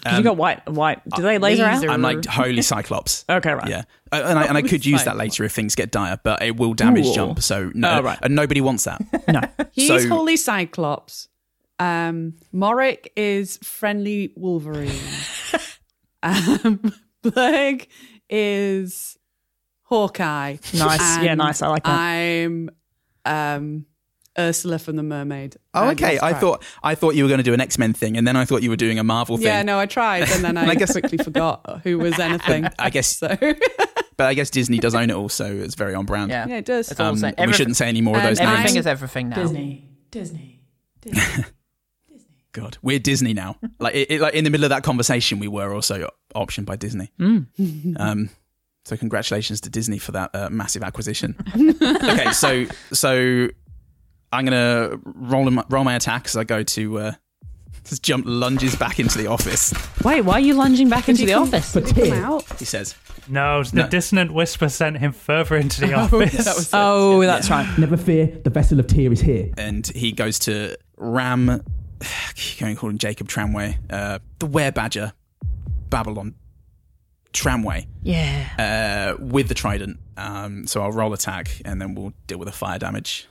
S1: 'Cause you got white white. Do they laser, out?
S5: I'm like, holy Cyclops.
S1: Okay, right.
S5: Yeah. Uh, and I, and I could use that later if things get dire, but it will damage jump. So no,
S1: Oh, right.
S5: and nobody wants that.
S1: No.
S4: He's
S5: So-
S4: holy Cyclops. Um, Morik is friendly Wolverine. um, Blurg is Hawkeye.
S1: Nice. yeah,
S4: And
S1: nice. I like that.
S4: I'm um, Ursula from the Mermaid.
S5: Oh,
S4: I've
S5: okay.
S4: lost
S5: I
S4: track.
S5: thought I thought you were going to do an X Men thing, and then I thought you were doing a Marvel thing.
S4: Yeah, no, I tried, and then I,
S5: I guess-
S4: quickly forgot who was anything.
S5: I guess-
S4: so. yeah,
S5: But I guess Disney does own it all, so it's very on brand.
S6: Yeah.
S4: it does.
S6: It's all the
S5: Um,
S6: same.
S5: we
S6: Everyth-
S5: shouldn't say any more of
S4: and
S5: those
S6: Everything
S5: names.
S4: I'm-
S6: is everything now.
S7: Disney. Disney.
S5: God, we're Disney now. Like, it, it- like in the middle of that conversation, we were also optioned by Disney. Um, so congratulations to Disney for that uh, massive acquisition. okay, so so I'm gonna roll my, roll my attack as I go to uh, just jump lunges back into the office.
S1: Wait, why are you lunging back into the office?
S4: Come out.
S5: He says,
S3: No, the
S5: No.
S3: dissonant whisper sent him further into the office.
S1: Oh, that's right.
S8: Never fear, the vessel of tear is here.
S5: and he goes to ram. I keep going call him Jacob Tramway, uh, the Were Badger, Babylon Tramway.
S6: Yeah.
S5: uh, with the trident. Um, so I'll roll attack, and then we'll deal with the fire damage.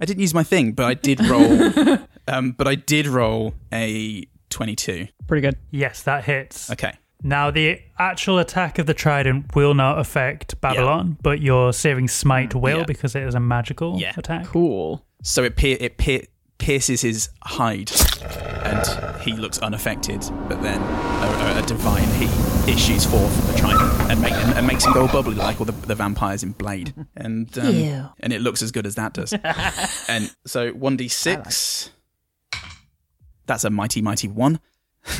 S5: I didn't use my thing, but I did roll. um, but I did roll a twenty-two.
S1: Pretty good.
S3: yes, that hits.
S5: Okay.
S3: Now, the actual attack of the trident will not affect Babylon, but your saving smite will
S5: Mm, Yeah.
S3: because it is a magical
S5: Yeah.
S3: attack.
S1: Cool.
S5: So it pier- it pier- pierces his hide, and he looks unaffected. But then a, a, a divine heat issues forth from the trident and, make, and, and makes him go all bubbly like all the, the vampires in Blade, and um, and it looks as good as that does. and so one d six. That's a mighty mighty one.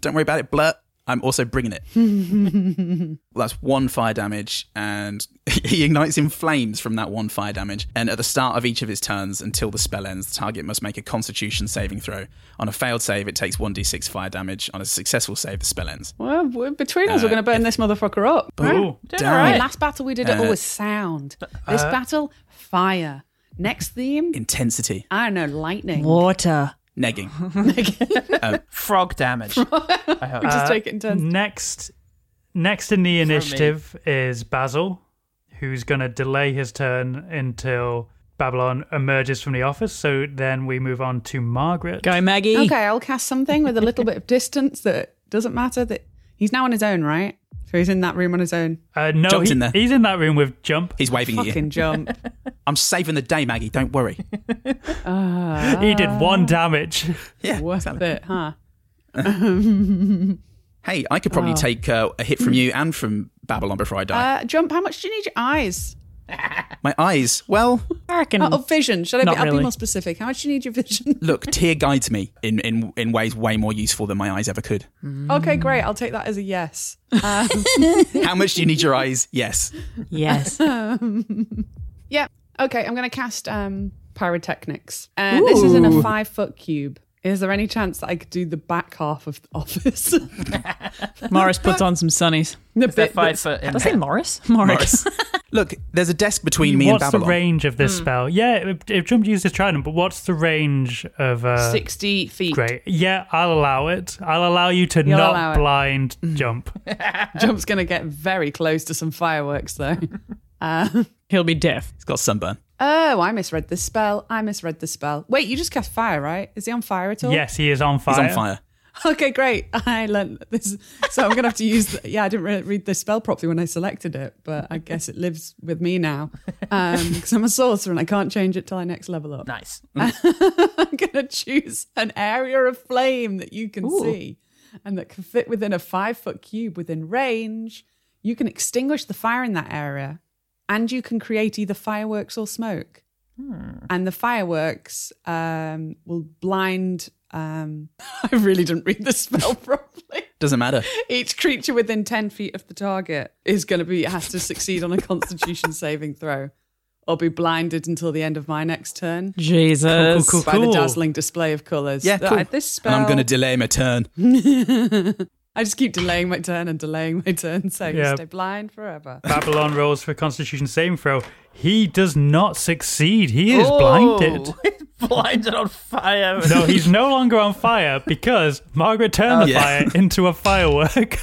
S5: Don't worry about it, Blurt. I'm also bringing it. Well, that's one fire damage, and he ignites in flames from that one fire damage. And at the start of each of his turns until the spell ends, the target must make a Constitution saving throw. On a failed save, it takes one d6 fire damage. On a successful save, the spell ends.
S4: Well, we're- between us, we're
S5: Uh,
S4: going to burn this motherfucker up.
S5: Ooh, damn.
S4: Right. Last battle we did it
S1: Uh,
S4: all with sound. This battle, fire. Next theme,
S5: Intensity,
S4: I don't know, lightning.
S1: Water.
S5: negging.
S6: Frog damage. I hope. Uh,
S4: Just take it in
S1: Uh,
S4: turns.
S3: Next, next in the initiative is Basil, who's going to delay his turn until Babylon emerges from the office. So then we move on to Margaret.
S1: Go, Maggie.
S4: Okay, I'll cast something with a little bit of distance that doesn't matter. That he's now on his own, right? So he's in that room on his own.
S3: Uh, no,
S5: Jump's
S3: he-
S5: in there.
S3: he's in that room with Jump.
S5: He's waving at you.
S4: Fucking jump.
S5: I'm saving the day, Maggie. Don't worry.
S3: he did one damage.
S5: Yeah.
S4: Worth it, huh?
S5: Hey, I could probably take uh, a hit from you and from Babylon before I die.
S4: Oh. Uh, jump. How much do you need your eyes?
S5: My eyes. Well,
S1: I reckon.
S4: Oh, vision. Should I be,
S1: Mm. Not
S4: I'll be
S1: really.
S4: more specific. How much do you need your vision?
S5: look, tear guides me in, in in ways way more useful than my eyes ever could.
S1: Mm.
S4: Okay, great. I'll take that as a yes. Uh,
S5: How much do you need your eyes? Yes.
S1: Yes.
S4: Yeah. Okay, I'm going to cast um, pyrotechnics. And this is in a five foot cube. Is there any chance that I could do the back half of the office? the
S1: Morris puts on some sunnies.
S6: They're
S4: bit
S6: five
S4: that's
S6: foot in
S1: Did I say Morris? Morris.
S5: Look, there's a desk between me
S3: what's
S5: and
S3: the
S5: Babylon.
S3: range of this spell? Yeah, if, if Jump used his trident, but what's the range of uh,
S4: 60 feet.
S3: Great. Yeah, I'll allow it. I'll allow you to
S4: You'll allow
S3: not
S4: it.
S3: blind jump.
S4: Jump's going to get very close to some fireworks, though.
S1: He'll be deaf.
S5: It's got sunburn.
S4: oh, I misread the spell. I misread the spell. Wait, you just cast fire, right? Is he on fire at all?
S3: yes, he is on fire.
S5: He's on fire.
S4: Okay, great. I learned this. So I'm going to have to use. The, yeah, I didn't re- read the spell properly when I selected it, but I guess it lives with me now because I'm a sorcerer and I can't change it till I next level up.
S6: Nice.
S4: I'm going to choose an area of flame that you can see and that can fit within a five foot cube within range. You can extinguish the fire in that area and you can create either fireworks or smoke. And the fireworks um, will blind. Um, I really didn't read the spell properly.
S5: Doesn't matter.
S4: Each creature within 10 feet of the target is going to be, has to succeed on a constitution saving throw or be blinded until the end of my next turn
S1: Jesus.
S3: Cool, cool,
S4: by the
S3: cool.
S4: dazzling display of colours.
S5: Yeah,
S4: Uh,
S5: cool.
S4: This spell,
S5: And I'm going to delay my turn.
S4: I just keep delaying my turn and delaying my turn, so
S3: Yeah.
S4: you stay blind forever.
S3: Babylon rolls for Constitution saving throw. He does not succeed. He is blinded.
S6: blinded on fire.
S3: No, he's no longer on fire because Margaret turned the
S5: yeah.
S3: fire into a firework.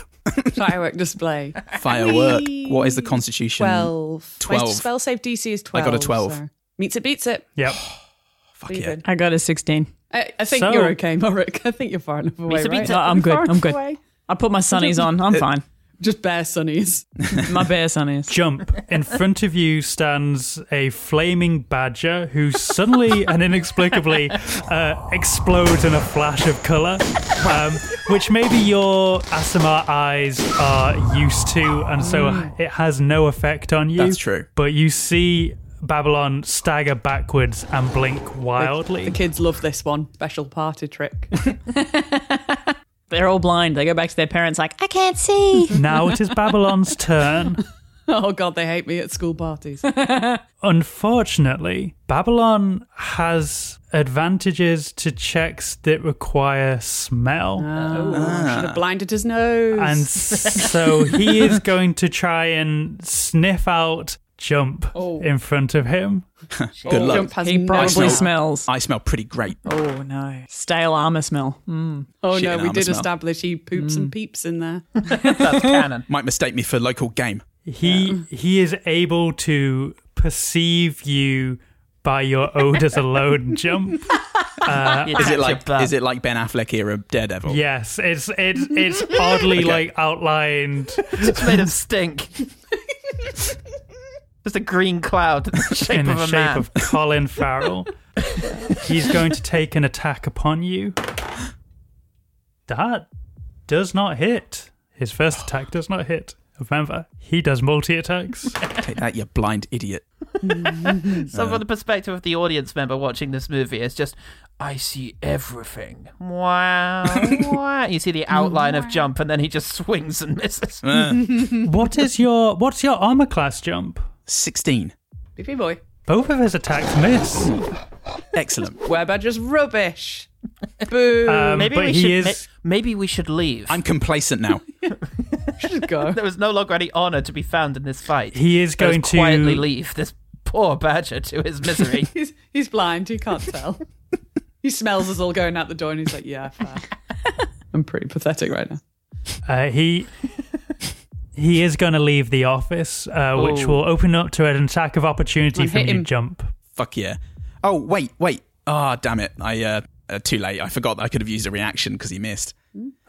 S4: Firework display.
S5: Firework.
S4: Whee!
S5: What is the constitution?
S4: Twelve. My
S5: 12.
S4: spell save DC is
S5: I
S4: twelve.
S5: got a 12.
S4: so- Meets it, beats it.
S3: yep.
S5: Fuck
S4: Leave
S5: yeah.
S4: it.
S1: I got a 16.
S4: I, I think
S3: So-
S4: you're okay, Morik. I think you're far enough away.
S6: Meets it,
S4: right?
S6: beats it.
S1: No, I'm
S4: You're
S1: good.
S4: far
S1: I'm
S4: enough
S1: good.
S4: away.
S1: I put my sunnies on. I'm fine.
S4: Just bare sunnies.
S1: My bear sunnies.
S3: Jump. In front of you stands a flaming badger who suddenly and inexplicably uh, explodes in a flash of color, um, which maybe your Asimar eyes are used to, and so it has no effect on you.
S5: That's true.
S3: But you see Babylon stagger backwards and blink wildly.
S4: The kids love this one. Special party trick.
S1: They're all blind. They go back to their parents like, I can't see.
S3: Now it is Babylon's turn.
S4: Oh God, they hate me at school parties.
S3: Unfortunately, Babylon has advantages to checks that require smell.
S4: Should have blinded his nose.
S3: And so he is going to try and sniff out Jump
S4: Oh.
S3: in front of him.
S5: Good luck.
S4: Jump has
S1: He
S4: no
S1: probably
S4: smell.
S1: smells.
S5: I smell pretty great.
S1: Oh no, stale armor smell. Mm.
S4: Oh
S5: shit
S4: no,
S5: and
S4: we
S5: arm
S4: did
S5: smell.
S4: establish he poops
S3: Mm.
S4: and peeps in there.
S6: That's canon.
S5: Might mistake me for local game.
S3: He he is able to perceive you by your odors alone, Jump.
S5: Is it like is it like Ben Affleck era Daredevil?
S3: Yes, it's it's it's oddly like outlined
S6: It's made of stink. Just a green cloud in the shape
S3: in
S6: of
S3: the
S6: a
S3: shape
S6: man.
S3: of Colin Farrell. He's going to take an attack upon you. That does not hit. His first attack does not hit. Remember, he does multi attacks.
S5: Take that, you blind idiot.
S6: So, from the perspective of the audience member watching this movie, it's just, I see everything. Wow. wow. You see the outline of jump, and then he just swings and misses.
S3: what is your what's your armor class jump?
S5: Sixteen.
S4: BP boy,
S3: Both of his attacks miss.
S5: Excellent.
S4: Weber just rubbish. Boo.
S3: Um,
S6: Maybe
S3: but
S6: we
S3: he
S6: should.
S3: is
S6: ma- maybe we should leave.
S5: I'm complacent now.
S4: Just go.
S6: There was no longer any honor to be found in this fight.
S3: he is
S6: Let us
S3: going to
S6: quietly leave this poor badger to his misery.
S4: He's he's blind. He can't tell. he smells us all going out the door, and he's like, "Yeah, fair." I'm pretty pathetic right now.
S3: Uh, he he is going to leave the office, uh, which
S6: Oh.
S3: will open up to an attack of opportunity
S4: Come on,
S3: from
S4: hit
S3: you,
S4: him.
S3: Jump.
S5: Fuck yeah. Oh wait, wait. Ah, damn it. I uh, uh too late. I forgot that I could have used a reaction because he missed.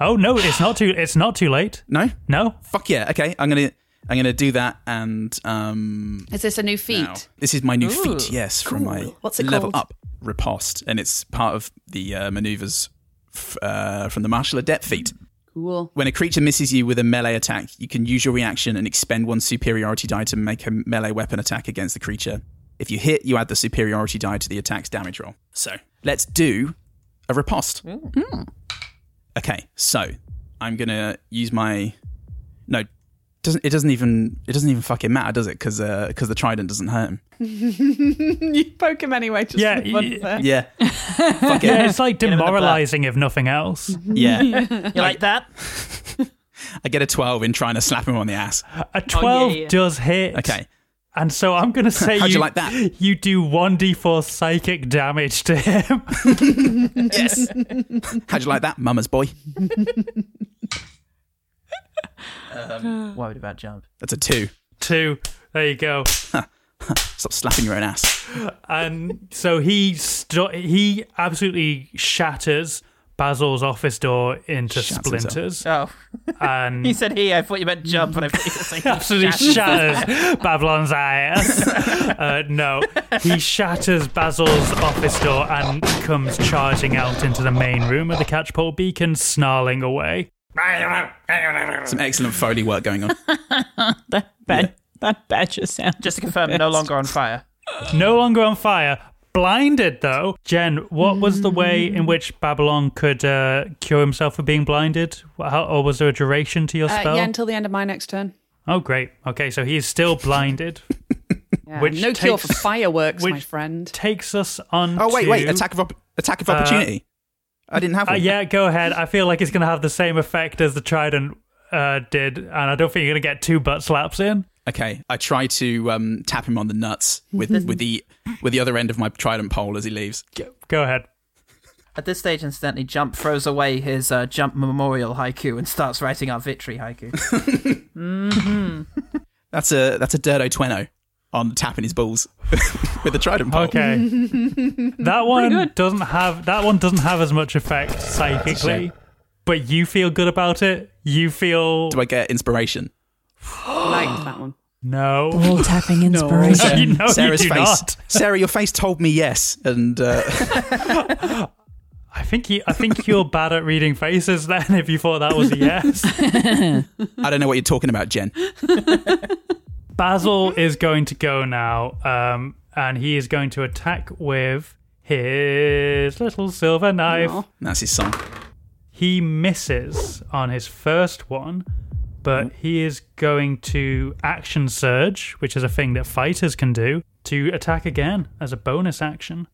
S3: Oh no, it's not too it's not too late.
S5: No.
S3: No,
S5: Fuck yeah. Okay, I'm gonna I'm gonna do that and um.
S4: Is this a new feat?
S5: now. This is my new
S6: Ooh,
S5: feat. Yes, from my
S4: What's it
S5: level
S4: called?
S5: up riposte, and it's part of the uh, maneuvers f- uh, from the martial adept feat.
S4: Cool.
S5: When a creature misses you with a melee attack, you can use your reaction and expend one superiority die to make a melee weapon attack against the creature. If you hit, you add the superiority die to the attack's damage roll. So let's do a riposte. Okay, so I'm gonna use my no. Doesn't it doesn't even it doesn't even fucking matter, does it? Because the trident doesn't hurt him.
S4: you poke him anyway. Just
S3: Yeah,
S4: for the fun
S3: y-
S4: of it.
S5: Yeah, fuck it.
S3: yeah, it's like
S6: him in the butt.
S3: demoralizing if nothing else.
S6: Mm-hmm.
S5: Yeah,
S6: You like that?
S5: I get a twelve in trying to slap him on the ass.
S3: A twelve
S6: Oh, yeah.
S3: does hit.
S5: Okay,
S3: and so I'm going to say
S5: How'd you like that?
S3: You do one d4 psychic damage to him.
S5: yes. How'd you like that, Mama's boy?
S6: Worried about jump.
S5: That's a two.
S3: Two. There you go.
S5: Stop slapping your own ass.
S3: And so he st- he absolutely shatters Basil's office door into
S5: Shatters
S3: splinters.
S5: himself.
S6: Oh,
S3: And
S6: he said he. I thought you meant jump, and I thought you were saying
S3: absolutely
S6: shatters.
S3: shatters Babylon's ass. uh, no, he shatters Basil's office door and comes charging out into the main room of the Catchpole Beacon, snarling away.
S5: Some excellent foley work going on.
S1: That bad. That badger sound.
S6: Just to confirm, no longer on fire.
S3: No longer on fire, blinded though. Jen, what was the way in which Babylon could uh, cure himself for being blinded? How, or was there a duration to your
S4: Uh,
S3: spell?
S4: yeah, until the end of my next turn.
S3: oh, great. Okay, so he is still blinded.
S4: Yeah,
S3: Which
S4: no cure for
S3: takes-
S4: fireworks, my
S3: which-
S4: friend.
S3: Takes us on.
S5: Oh wait, wait!
S3: to-
S5: Attack of op- attack of opportunity. I didn't have
S3: Uh,
S5: one.
S3: yeah, go ahead. I feel like it's going to have the same effect as the trident uh, did, and I don't think you're going to get two butt slaps in.
S5: Okay, I try to um, tap him on the nuts with with the with the other end of my trident pole as he leaves.
S3: Go ahead.
S6: At this stage, incidentally, Jump throws away his uh, Jump Memorial haiku and starts writing our victory haiku.
S5: That's a that's a Dirdo Tweno on tapping his balls with the trident pole.
S3: Okay, that one doesn't have that one doesn't have as much effect psychically, but you feel good about it. You feel
S5: Do I get inspiration?
S4: Liked that one.
S3: no.
S7: Ball tapping inspiration.
S3: Oh, You know
S5: Sarah's
S3: you do
S5: face.
S3: not.
S5: Sarah, your face told me yes, and uh,
S3: I think you, I think you're bad at reading faces. Then, if you thought that was a yes,
S5: I don't know what you're talking about, Jen.
S3: Basil is going to go now, um, and he is going to attack with his little silver knife.
S5: That's his song.
S3: He misses on his first one, but he is going to action surge, which is a thing that fighters can do, to attack again as a bonus action.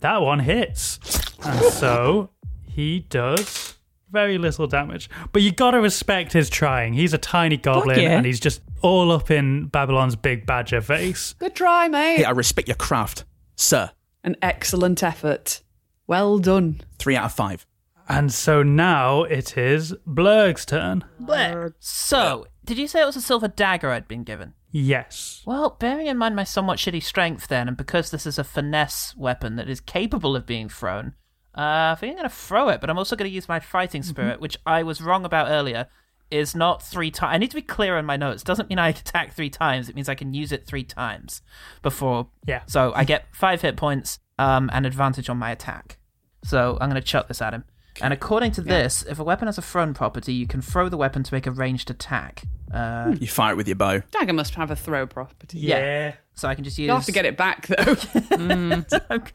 S3: That one hits. And so he does very little damage. But you gotta respect his trying. He's a tiny goblin
S1: yeah.
S3: and he's just all up in Babylon's big badger face.
S4: Good try, mate.
S5: Hey, I respect your craft, sir.
S4: An excellent effort. Well done.
S5: Three out of five.
S3: And so now it is Blurg's turn.
S6: Blech. So, did you say it was a silver dagger I'd been given?
S3: Yes.
S6: Well, bearing in mind my somewhat shitty strength then, and because this is a finesse weapon that is capable of being thrown, uh, I think I'm going to throw it, but I'm also going to use my
S4: Mm-hmm.
S6: fighting spirit, which I was wrong about earlier, is not three times. I need to be clear on my notes. Doesn't mean I attack three times, it means I can use it three times before.
S3: Yeah.
S6: So I get five hit points um, and advantage on my attack. So I'm going to chuck this at him. And according to this, if a weapon has a thrown property, you can throw the weapon to make a ranged attack. Uh,
S5: You fire it with your bow.
S4: Dagger must have a throw property.
S6: Yeah. So I can just use.
S4: You'll have to get it back, though.
S6: I'm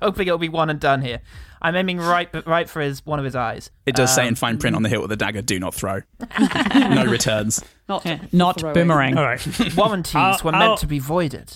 S6: hoping it'll be one and done here. I'm aiming right, right for his one of his eyes.
S5: It does say in fine print on the hilt with the dagger, do not throw. no returns.
S4: Not,
S1: Not
S4: throwing.
S1: boomerang.
S3: All right.
S6: Warranties
S3: I'll-
S6: were
S3: I'll- Mm.
S6: meant to be voided.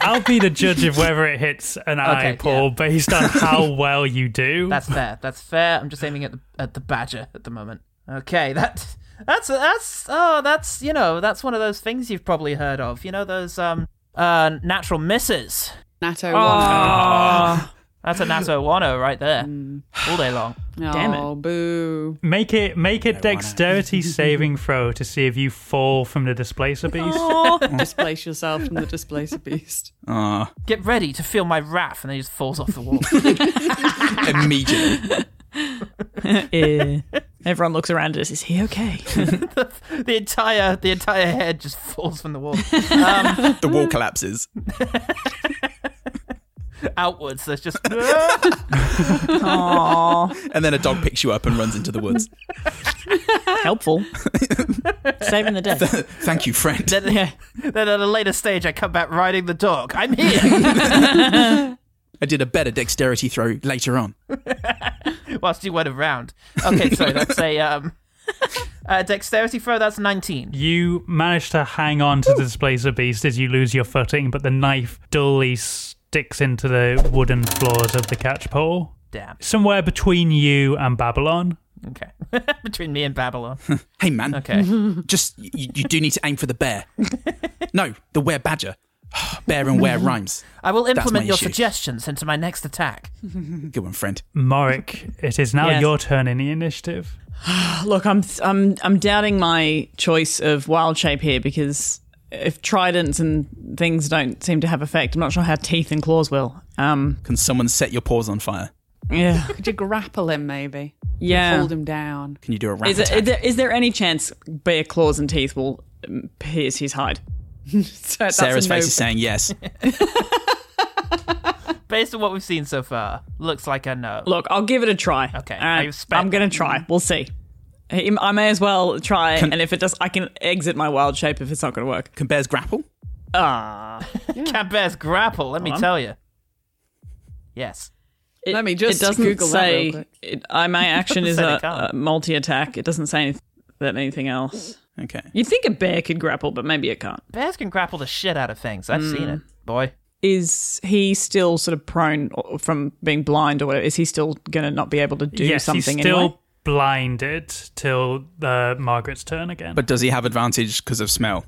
S3: I'll be the judge of whether it hits an eye,
S6: yeah.
S3: Paul, based on how well you do.
S6: That's fair. That's fair. I'm just aiming at the at the badger at the moment. Okay, that that's that's oh that's you know that's one of those things you've probably heard of. You know those um uh natural misses.
S4: Natto Oh.
S6: That's a NATO wano right there,
S3: Mm.
S6: all day long.
S4: one.
S1: damn it.
S4: Oh, boo.
S3: Make it make it dexterity saving throw to see if you fall from the displacer beast.
S1: Oh.
S4: Displace yourself from the displacer beast.
S5: Ah,
S6: Get ready to feel my wrath, and then he just falls off the wall.
S5: immediately.
S1: Eh. Everyone looks around at us. Is he okay?
S6: the entire the entire head just falls from the wall.
S5: the wall collapses.
S6: outwards. There's just
S5: And then a dog picks you up and runs into the woods.
S1: Helpful. Saving the day.
S5: Thank you, friend.
S6: then,
S1: Yeah.
S6: then at a later stage I come back riding the dog. I'm here
S5: I did a better dexterity throw later on.
S6: whilst you went around. Okay, so that's a um uh, dexterity throw. That's 19.
S3: You manage to hang on to the displacer beast as you lose your footing, but the knife dully sticks into the wooden floors of the catch pole.
S6: Damn.
S3: Somewhere between you and Babylon.
S6: Okay, between me and Babylon.
S5: Hey, man.
S6: Okay,
S5: Just, you, you do need to aim for the bear. No, the were badger. bear and were rhymes.
S6: I will
S5: That's
S6: implement
S5: my
S6: your
S5: issue.
S6: suggestions into my next attack.
S5: Good one, friend.
S3: Morik, it is now
S1: Yes.
S3: your turn in the initiative.
S1: Look, I'm I'm I'm doubting my choice of wild shape here because if tridents and things don't seem to have effect, I'm not sure how teeth and claws will. Um,
S5: Can someone set your paws on fire?
S1: yeah,
S4: Could you grapple him, maybe?
S1: yeah.
S4: Hold him down.
S5: Can you do a rat
S1: Is, it,
S5: attack?
S1: is, there, is there any chance bear claws and teeth will um, pierce his hide?
S4: So that's
S5: Sarah's
S4: a no.
S5: face is saying yes.
S6: Based on what we've seen so far, looks like a no.
S1: Look, I'll give it a try.
S6: Okay,
S1: All
S6: I
S1: right,
S6: respect-
S1: I'm gonna try. We'll see. I I may as well try, and if it does, I can exit my wild shape if it's not gonna work.
S5: Can bears grapple?
S1: Ah,
S6: Cat bears grapple. Let me tell you. Yes.
S1: It-
S4: Let me just
S1: it doesn't
S4: Google that real
S1: say
S4: quick.
S1: it, I, my action is
S6: say they
S1: a,
S6: can't.
S1: a multi attack. It doesn't say anyth- that anything else.
S5: Okay.
S1: You'd think a bear could grapple, but maybe it can't.
S6: Bears can grapple the shit out of things. I've seen
S5: Mm.
S6: it, boy.
S1: Is he still sort of prone or- from being blind or whatever? Is he still going to not be able to do
S3: yes,
S1: something
S3: he's still
S1: anyway?
S3: blinded till uh, Margaret's turn again.
S5: But does he have advantage because of smell?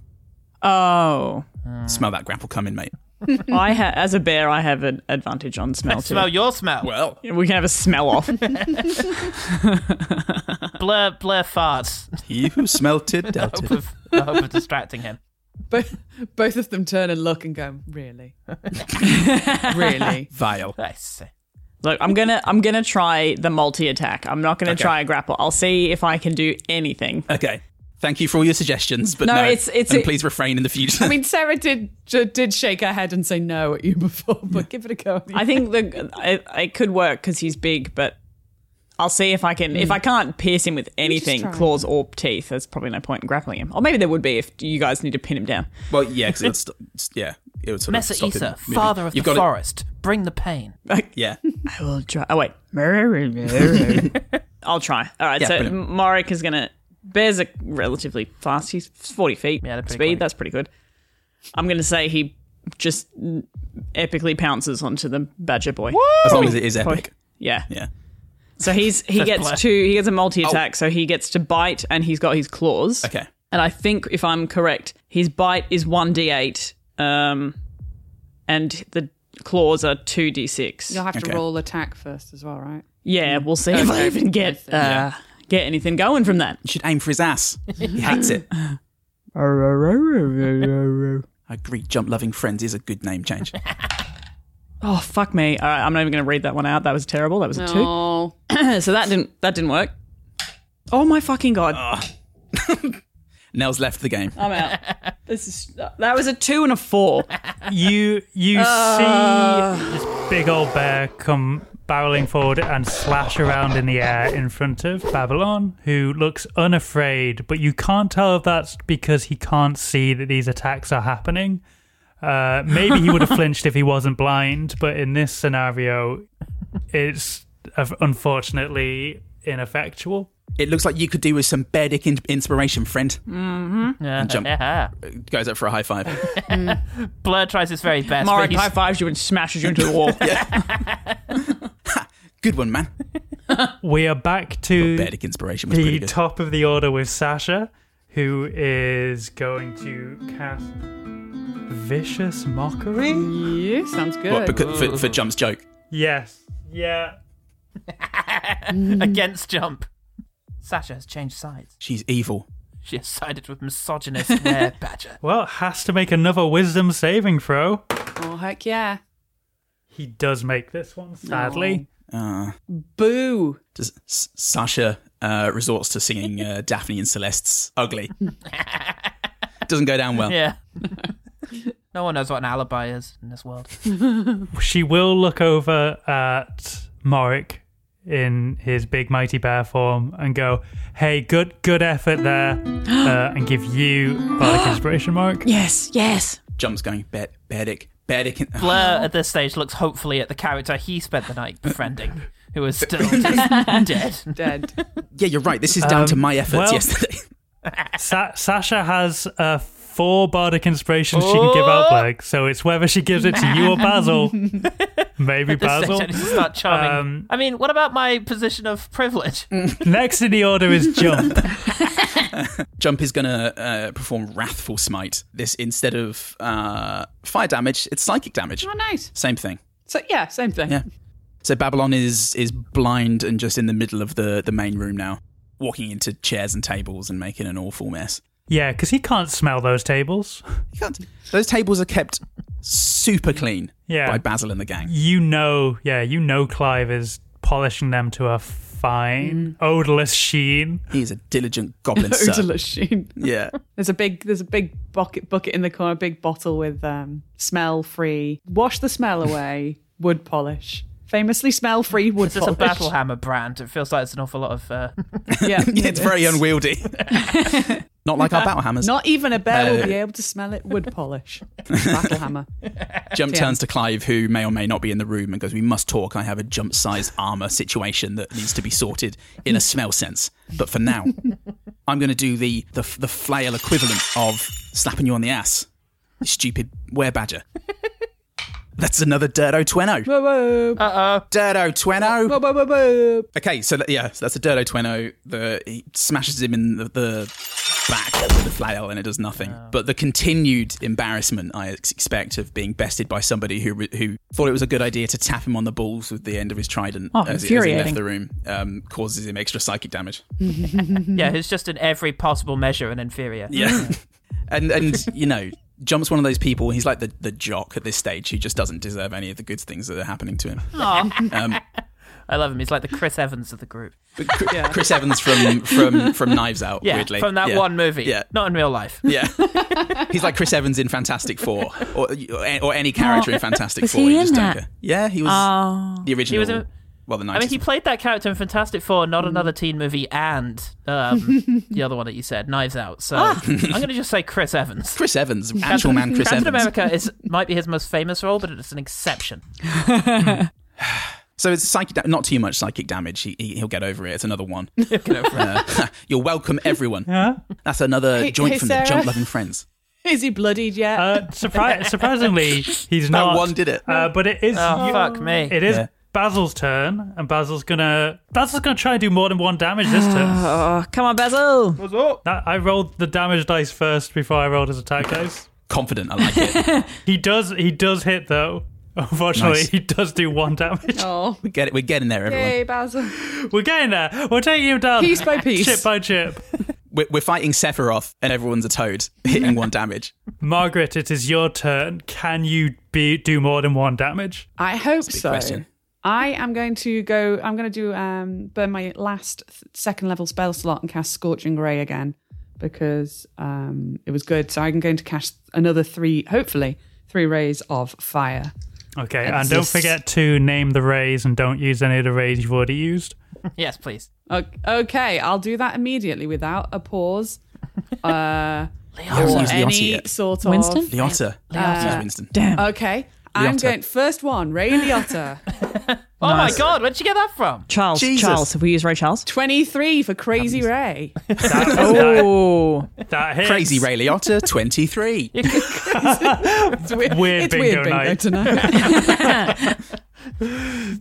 S1: Oh,
S5: Smell that grapple coming, mate.
S1: I ha- as a bear, I have an advantage on smell too.
S6: Smell your smell.
S5: Well,
S1: we can have a smell off.
S6: Blur, blur farts.
S5: he who smelt it dealt
S6: hope
S5: it.
S6: of, the hope of distracting him.
S4: Both, both of them turn and look and go, really? really?
S5: Vile.
S6: I see.
S1: Look, I'm gonna I'm gonna try the multi attack. I'm not gonna
S5: Okay.
S1: try a grapple. I'll see if I can do anything.
S5: Okay. Thank you for all your suggestions, but no,
S1: No, it's- it's-
S5: and
S1: it-
S5: please refrain in the future.
S4: I mean, Sarah did j- did shake her head and say no at you before, but give it a go.
S1: I think the it, it could work because he's big, but I'll see if I can. If I can't pierce him with anything,
S4: try.
S1: claws or teeth, there's probably no point in grappling him. Or maybe there would be if you guys need to pin him down.
S5: well, yeah, because it's it's- yeah, it would sort of
S6: Messer
S5: stop him
S6: Issa,
S5: moving.
S6: father of
S5: You've
S6: the
S5: got it-
S6: forest, bring the pain.
S5: Yeah,
S1: I will try. Oh wait, I'll try. All right,
S5: Yeah,
S1: so
S5: brilliant.
S1: Morik is gonna Bears are relatively fast. He's 40 feet
S6: Yeah, they're pretty
S1: speed.
S6: quick.
S1: That's pretty good. I'm going to say he just epically pounces onto the badger boy.
S5: As long as it is epic.
S1: Yeah.
S5: Yeah.
S1: So he's he
S6: That's
S1: gets
S6: black.
S1: two. He gets a multi
S6: Oh.
S1: attack. So he gets to bite, and he's got his claws.
S5: Okay.
S1: And I think if I'm correct, his bite is one d8, um, and the claws are two d6.
S4: You'll have
S5: Okay.
S4: to roll attack first as well, right?
S1: Yeah, we'll see if I even get uh, get anything going from that.
S5: You should aim for his ass. He hates it.
S1: oh
S5: I agree. Jump loving friends is a good name change.
S1: Oh, fuck me! All right, I'm not even going to read that one out. That was terrible. That was a two.
S4: Oh,
S1: so that didn't that didn't work. Oh my fucking god!
S5: Nell's left the game.
S1: I'm out. This is that was a two and a four.
S3: You you see this big old bear come barreling forward and slash around in the air in front of Babylon, who looks unafraid, but you can't tell if that's because he can't see that these attacks are happening. Uh, maybe he would have flinched if he wasn't blind, but in this scenario, it's uh, unfortunately ineffectual.
S5: It looks like you could do with some baredic in- inspiration, friend.
S6: Yeah.
S5: jump. Goes up for a high five.
S6: Blur tries his very best.
S1: Marek
S6: but he's-
S1: high fives you and smashes you into the wall.
S5: Good one, man.
S3: We are back to
S5: Bardic inspiration was pretty
S3: the
S5: good.
S3: top of the order with Sasha, who is going to cast Vicious Mockery?
S4: yeah, sounds good.
S5: What, because, for, for Jump's joke.
S3: Yes. Yeah.
S6: against Jump. Sasha has changed sides.
S5: She's evil.
S6: She has sided with misogynist Ware Badger.
S3: Well, has to make another wisdom saving throw.
S4: oh, heck yeah.
S3: He does make this one, sadly.
S5: Uh,
S4: Boo.
S5: does, S- Sasha uh, resorts to singing uh, Daphne and Celeste's Ugly. Doesn't go down well.
S6: Yeah. no one knows what an alibi is in this world.
S3: She will look over at Morik in his big mighty bear form and go, "Hey, good good effort there." uh, and give you bardic inspiration, Morik.
S1: yes, yes.
S5: Jump's going, Bed, Bardic, Bardic. in-"
S6: Blur at this stage looks hopefully at the character he spent the night befriending, who is still just dead.
S4: Dead.
S5: yeah, you're right. This is down
S3: Um,
S5: to my efforts
S3: well-
S5: yesterday.
S3: Sa- Sasha has uh, four bardic inspirations she can give
S6: Oh!
S3: out, Blake. So it's whether she gives it to you or Basil. Maybe
S6: This stage,
S3: Basil.
S6: I need to start charming.
S3: Um,
S6: I mean, what about my position of privilege?
S3: Next in the order is Jump.
S5: Jump is going to uh, perform Wrathful Smite. This, instead of uh, fire damage, it's psychic damage.
S4: Oh, nice.
S5: Same thing.
S4: So, yeah, same thing.
S5: Yeah. So Babylon is is blind and just in the middle of the, the main room now, walking into chairs and tables and making an awful mess.
S3: yeah, because he can't smell those tables.
S5: You can't- those tables are kept super clean
S3: Yeah.
S5: by Basil and the gang.
S3: You know, yeah, you know Clive is polishing them to a fine,
S6: Mm.
S3: odorless sheen.
S5: He is a diligent goblin sir.
S4: Odorless sheen.
S5: Yeah.
S4: There's a big there's a big bucket bucket in the corner, a big bottle with um, smell free. Wash the smell away. wood polish. Famously smell free wood
S6: Is this a
S4: polish.
S6: battle hammer brand? It feels like it's an awful lot of. Uh,
S4: Yeah,
S5: yeah it's very unwieldy. Not like our battle hammers.
S4: Not even a bear
S5: Uh,
S4: will be able to smell it. Wood polish. Battle hammer.
S5: Jump turns to Clive, who may or may not be in the room, and goes, We must talk. I have a jump sized armor situation that needs to be sorted in a smell sense. But for now, I'm going to do the, the, the flail equivalent of slapping you on the ass. You stupid were badger. That's another Dirto Tweno.
S4: Whoa, whoa, whoa,
S5: Dirto Tweno.
S4: whoa, whoa, whoa.
S5: Okay, so that- yeah, so that's a Dirto Tweno. The, he smashes him in the, the back with the flail and it does nothing. But the continued embarrassment I ex- expect of being bested by somebody who re- who thought it was a good idea to tap him on the balls with the end of his trident
S1: Oh,
S5: as, he, as he left
S1: infuriating.
S5: the room um, causes him extra psychic damage.
S6: Mm-hmm. yeah, who's just in every possible measure an inferior.
S5: Mm-hmm. Yeah, and and you know. Jump's one of those people. He's like the, the jock at this stage who just doesn't deserve any of the good things that are happening to him.
S6: Oh, I love him. He's like the Chris Evans of the group.
S5: But Chris, Chris Evans from from from Knives Out.
S6: Yeah,
S5: weirdly.
S6: from that
S5: Yeah.
S6: one movie.
S5: Yeah.
S6: Not in real life.
S5: Yeah, he's like Chris Evans in Fantastic Four, or or any character in Fantastic
S1: was
S5: Four.
S1: he
S5: you
S1: in
S5: just
S1: that?
S5: don't go. Yeah, he was the original.
S6: He was a-
S5: well, the
S6: I mean,
S5: nineties.
S6: he played that character in Fantastic Four, not
S5: Mm-hmm.
S6: another teen movie, and um, the other one that you said, Knives Out. So I'm going to just say Chris Evans.
S5: Chris Evans, actual man, Ah. Chris
S6: Captain
S5: Evans.
S6: America is might be his most famous role, but it's an exception.
S5: So it's psychic, da- not too much psychic damage. He, he, he'll get over it. It's another one. Uh, you're welcome, everyone. That's another
S4: Hey-
S5: joint
S4: hey,
S5: from
S4: Sarah.
S5: the Jump Loving Friends.
S4: Is he bloodied yet?
S3: Uh, surpri- surprisingly, he's
S5: That
S3: not.
S5: one did it.
S3: Uh, but it is.
S6: Oh,
S3: you-
S6: fuck me.
S3: It is
S5: Yeah.
S3: Basil's turn, and Basil's gonna. Basil's gonna try and do more than one damage this turn.
S1: Oh, come on, Basil.
S3: That, I rolled the damage dice first before I rolled his attack dice.
S5: Confident, I like it.
S3: He does. He does hit though. Unfortunately,
S5: Nice.
S3: he does do one damage.
S4: oh,
S5: We get it. We're getting there, everyone.
S4: yay, Basil.
S3: We're getting there. We're taking him down
S4: Piece by piece.
S3: chip by chip.
S5: We're, we're fighting Sephiroth, and everyone's a toad, hitting one damage.
S3: Margaret, it is your turn. Can you be do more than one damage?
S4: I hope
S5: Big
S4: so.
S5: question.
S4: I am going to go. I'm going to do um, burn my last th- second level spell slot and cast Scorching Ray again because um, it was good. So I'm going to cast another three, hopefully three rays of fire.
S3: Okay, and
S4: That's
S3: don't
S4: just-
S3: forget to name the rays and don't use any of the rays you've already used.
S6: yes, please.
S4: O- Okay, I'll do that immediately without a pause
S5: I haven't
S4: or
S5: used the otter
S4: any
S5: yet.
S4: sort of.
S1: Winston?
S5: The otter. Use Winston.
S1: Damn.
S4: Okay, I'm
S5: Liotta.
S4: going first one Ray Liotta,
S6: Oh my god, where'd you get that from?
S1: Charles.
S5: Jesus.
S1: Charles. Have we used Ray Charles?
S4: twenty three for Crazy Ray.
S3: That,
S1: Oh.
S3: that, that hits.
S5: Crazy Ray Liotta, 23.
S4: It's weird,
S3: Weird
S4: it's weird
S3: bingo
S4: bingo
S3: night.
S4: tonight.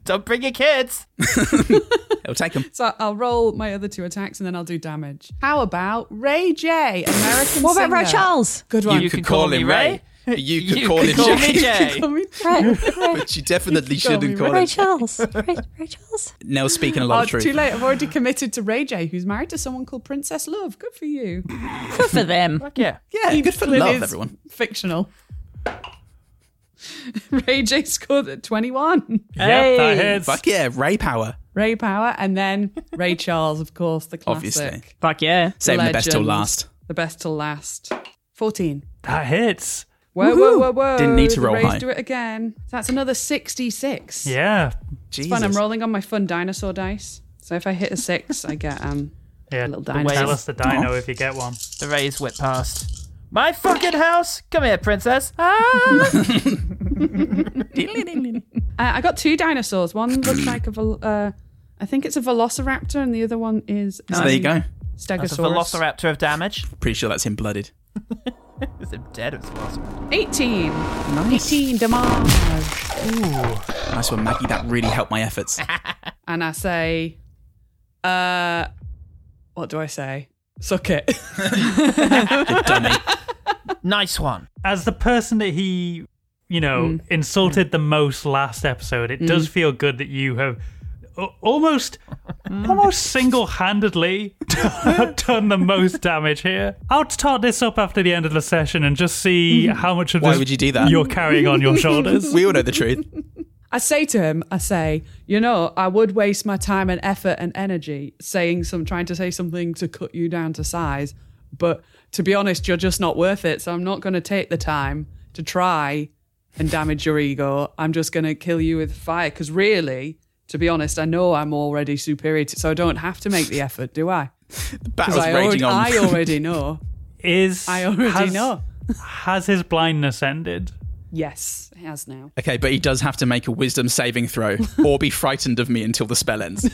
S6: Don't bring your kids.
S5: It'll take him.
S4: so I'll roll my other two attacks and then I'll do damage. How about Ray J, American
S1: What about Ray
S4: singer?
S1: Charles?
S4: Good
S5: You,
S4: one.
S5: could call,
S6: me
S5: him Ray. You could
S6: You
S5: call
S6: could
S5: him
S6: call me
S5: Jay.
S6: Jay.
S4: Oh,
S5: but you definitely
S4: call me
S5: shouldn't call
S1: Ray
S5: him.
S1: Charles. Ray, Ray Charles.
S5: Nell's speaking a lot
S4: Oh,
S5: of truth.
S4: too late. I've already committed to Ray J, who's married to someone called Princess Love. Good for you.
S1: Good for them.
S6: Yeah.
S4: Yeah, good for
S5: love, everyone.
S4: Fictional. Ray J scored at 21.
S3: Yep, that hits.
S5: Fuck yeah, Ray power.
S4: Ray Power, and then Ray Charles, of course, the classic.
S5: Obviously.
S1: Fuck yeah.
S5: Saving the best till
S4: Legend.
S5: last.
S4: The best till last. 14.
S3: That hits.
S4: Whoa, whoa, whoa, whoa.
S5: Didn't need to
S4: The
S5: roll
S4: Rays
S5: high.
S4: do it again. That's another 66.
S3: Yeah.
S5: Jesus.
S4: Fun. I'm rolling on my fun dinosaur dice. So if I hit a six, I get um
S3: Yeah.
S4: little
S3: Tell
S4: dinosaur.
S3: us the dino if you get one.
S6: The rays whip past. My fucking house! Come here, princess. Ah!
S4: Uh, I got two dinosaurs. One looks like a, vel- uh, I think it's a velociraptor, and the other one is um,
S5: So there you go.
S4: Stegosaurus.
S6: That's a velociraptor of damage.
S5: Pretty sure that's him blooded.
S6: Is it dead or velociraptor?
S4: Eighteen. Eighteen demand.
S5: Nice one, Maggie. That really helped my efforts.
S4: And I say, uh, what do I say? Suck it.
S6: Nice one.
S3: As the person that he, you know,
S4: Mm.
S3: insulted the most last episode, it does feel good that you have a- almost
S4: Mm.
S3: almost single-handedly done the most damage here. I'll start this up after the end of the session and just see
S4: Mm.
S3: how much of
S5: Why
S3: this
S5: would you do that?
S3: you're carrying on your shoulders.
S5: we all know the truth.
S4: I say to him, I say, you know, I would waste my time and effort and energy saying some, trying to say something to cut you down to size, but to be honest, you're just not worth it. So I'm not going to take the time to try and damage your ego. I'm just going to kill you with fire because really, to be honest, I know I'm already superior, to, so I don't have to make the effort, do I?
S5: The
S4: Because
S5: battle's
S4: I, already,
S5: raging on.
S4: I already know.
S3: Is
S4: I already
S3: has-
S4: know.
S3: Has his blindness ended?
S4: Yes, it has now.
S5: okay, but he does have to make a wisdom saving throw or be frightened of me until the spell ends.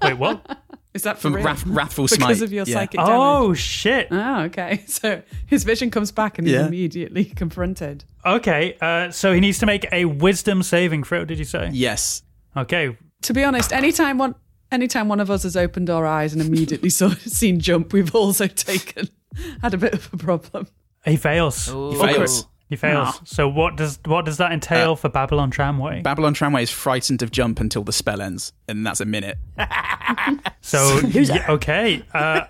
S3: Wait, what?
S4: Is that for
S5: From
S4: real?
S5: wrath, Wrathful Smite.
S4: because of your
S5: Yeah.
S4: psychic damage.
S3: Oh shit.
S4: Oh, okay. So his vision comes back and
S5: Yeah.
S4: he's immediately confronted.
S3: Okay, uh, so he needs to make a wisdom saving throw. Did you say?
S5: Yes.
S3: Okay,
S4: To be honest, anytime one anytime one of us has opened our eyes and immediately saw, seen jump, we've also taken had a bit of a problem.
S3: he fails.
S5: Oh.
S6: Ooh.
S5: fails.
S3: He fails. So what does what does that
S4: Uh,
S3: entail for Babylon Tramway?
S5: Babylon Tramway is frightened of jump until the spell ends, and that's a minute.
S3: so y- okay, uh,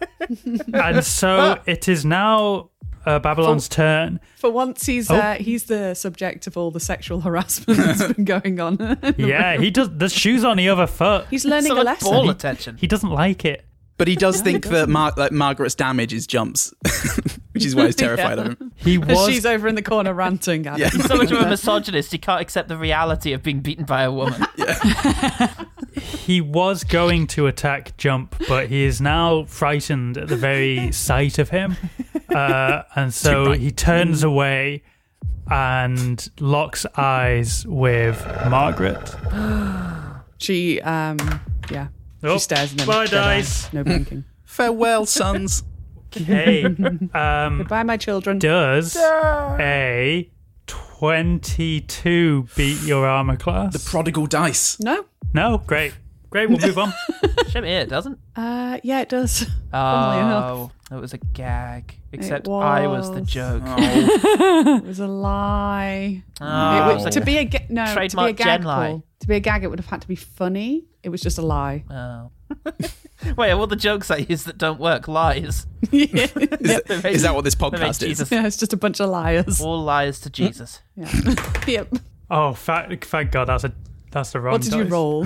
S3: and so it is now uh, Babylon's turn.
S4: For once, he's uh, he's the subject of all the sexual harassment that's been going on.
S3: Yeah, he does. The shoes on the other foot.
S4: he's learning
S6: So
S4: a
S6: much
S4: lesson.
S6: ball attention.
S3: He doesn't like it.
S5: But he does think that Mar- like Margaret's damage is jumps, which is why he's terrified of him.
S3: He was.
S4: She's over in the corner ranting at him.
S6: So much of a misogynist, he can't accept the reality of being beaten by a woman.
S3: He was going to attack Jump, but he is now frightened at the very sight of him. Uh, and so he turns away and locks eyes with Margaret.
S4: She, um, yeah.
S3: Oh,
S4: she stares and then.
S3: bye,
S4: dead eye,
S3: dice.
S4: No blinking.
S5: Farewell, sons.
S3: Okay. Um,
S4: Goodbye, my children.
S3: does a 22 beat your armor class?
S5: the prodigal dice.
S4: no?
S3: no? Great. Great, we'll move on.
S6: Shame it doesn't.
S4: Uh, yeah, it does. Funnily enough.
S6: Oh, it was a gag. Except I was the
S4: was.
S6: joke.
S5: Oh,
S4: It was a lie.
S6: Oh.
S4: It was, to be a ga- no, to be a
S6: Trademark
S4: gag
S6: gen lie.
S4: call- To be a gag, it would have had to be funny. It was just a lie.
S6: Oh. Wait, are all the jokes I use that don't work lies?
S4: yeah,
S6: They're
S5: Is that what this
S6: they're made
S5: podcast is?
S6: Jesus.
S4: it's just a bunch of liars.
S6: All lies to Jesus.
S4: Yep.
S3: Oh, thank, thank God, that's a that's the wrong.
S4: What did you
S3: dice.
S4: roll?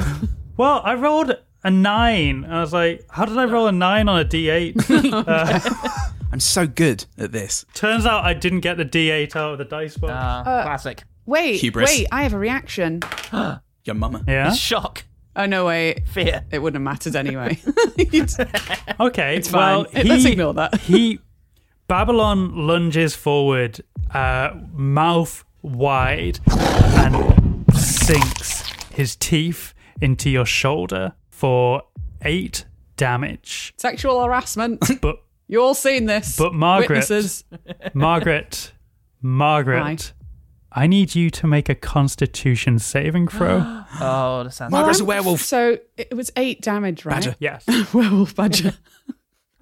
S3: Well, I rolled a nine. I was like, how did I roll a nine on a D8?
S5: I'm so good at this.
S3: Turns out I didn't get the D8 out of the dice box.
S6: Uh, classic.
S4: Wait,
S5: Hubris.
S4: wait, I have a reaction.
S5: Your mama.
S3: yeah.
S6: Shock.
S4: Oh, no, wait.
S6: Fear.
S4: It wouldn't have mattered anyway. It's
S3: Okay. It's well,
S4: fine.
S3: He,
S4: Let's ignore that.
S3: he Babylon lunges forward, uh, mouth wide, and sinks his teeth into your shoulder for eight damage.
S4: Sexual harassment.
S3: But
S4: You all seen this.
S3: But Margaret-
S4: Witnesses.
S3: Margaret, Margaret,
S4: Right.
S3: I need you to make a Constitution saving throw.
S6: Oh, that sounds.
S5: Margaret's a
S4: Well,
S5: werewolf.
S4: So it was eight damage, right?
S5: Badger.
S3: yes.
S4: Werewolf badger.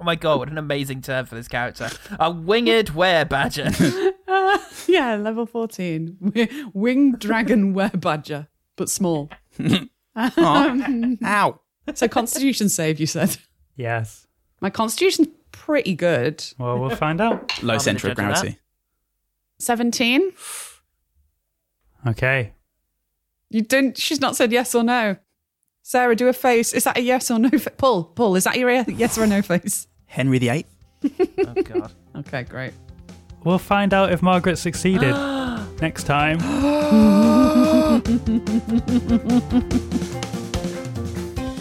S6: Oh my god, what an amazing term for this character. A winged were badger.
S4: yeah, level 14. W- Winged dragon were badger, but small.
S5: Aw. Oh, Ow.
S4: So constitution save, you said.
S3: Yes.
S4: My constitution's pretty good.
S3: Well, we'll find out.
S5: Low
S6: the
S5: center of
S6: judge of
S5: gravity.
S4: 17?
S3: Okay.
S4: You didn't, she's not said yes or no. Sarah, do a face. Is that a yes or no? Fa- Paul, Paul, is that your e- yes or no face?
S5: Henry VIII.
S6: Oh god.
S4: Okay, great.
S3: We'll find out if Margaret succeeded next time.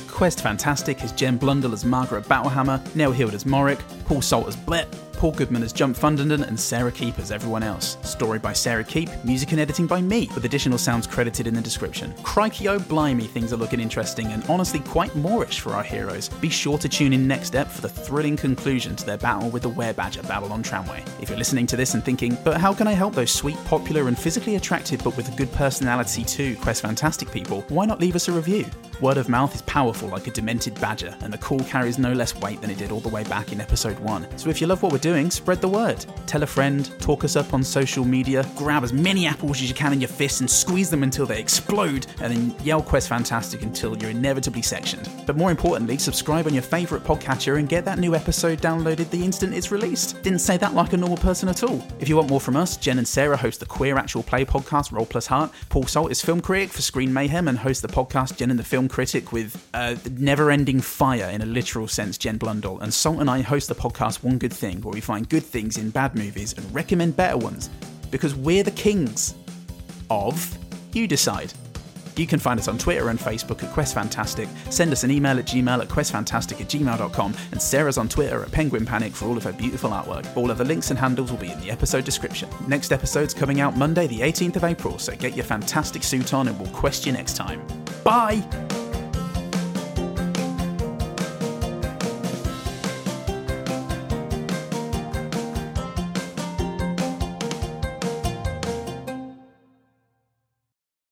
S5: Quest Fantastic is Jen Blundell as Margaret Battlehammer, Neil Hild as Morrick, Paul Salt as Blett, Paul Goodman as Jump Fundenden, and Sarah Keep as everyone else. Story by Sarah Keep, music and editing by me, with additional sounds credited in the description. Crikey oh blimey, things are looking interesting and honestly quite moorish for our heroes. Be sure to tune in next step for the thrilling conclusion to their battle with the Werebadge at Babylon Tramway. If you're listening to this and thinking, but how can I help those sweet, popular, and physically attractive but with a good personality too, Quest Fantastic people, why not leave us a review? Word of mouth is powerful like a demented badger, and the call carries no less weight than it did all the way back in episode 1. So if you love what we're doing, spread the word. Tell a friend, talk us up on social media, grab as many apples as you can in your fists and squeeze them until they explode, and then yell Quest Fantastic until you're inevitably sectioned. But more importantly, subscribe on your favourite podcatcher and get that new episode downloaded the instant it's released. Didn't say that like a normal person at all. If you want more from us, Jen and Sarah host the Queer Actual Play podcast Roll Plus Heart. Paul Salt is film critic for Screen Mayhem and hosts the podcast Jen and the Film Critic with uh, never ending fire in a literal sense, Jen Blundell. And Salt and I host the podcast One Good Thing, where we find good things in bad movies and recommend better ones because we're the kings of You Decide. You can find us on Twitter and Facebook at Quest Fantastic. Send us an email at gmail at questfantastic at gmail.com. And Sarah's on Twitter at Penguin Panic for all of her beautiful artwork. All of the links and handles will be in the episode description. Next episode's coming out Monday, the 18th of April, so get your fantastic suit on and we'll quest you next time. Bye!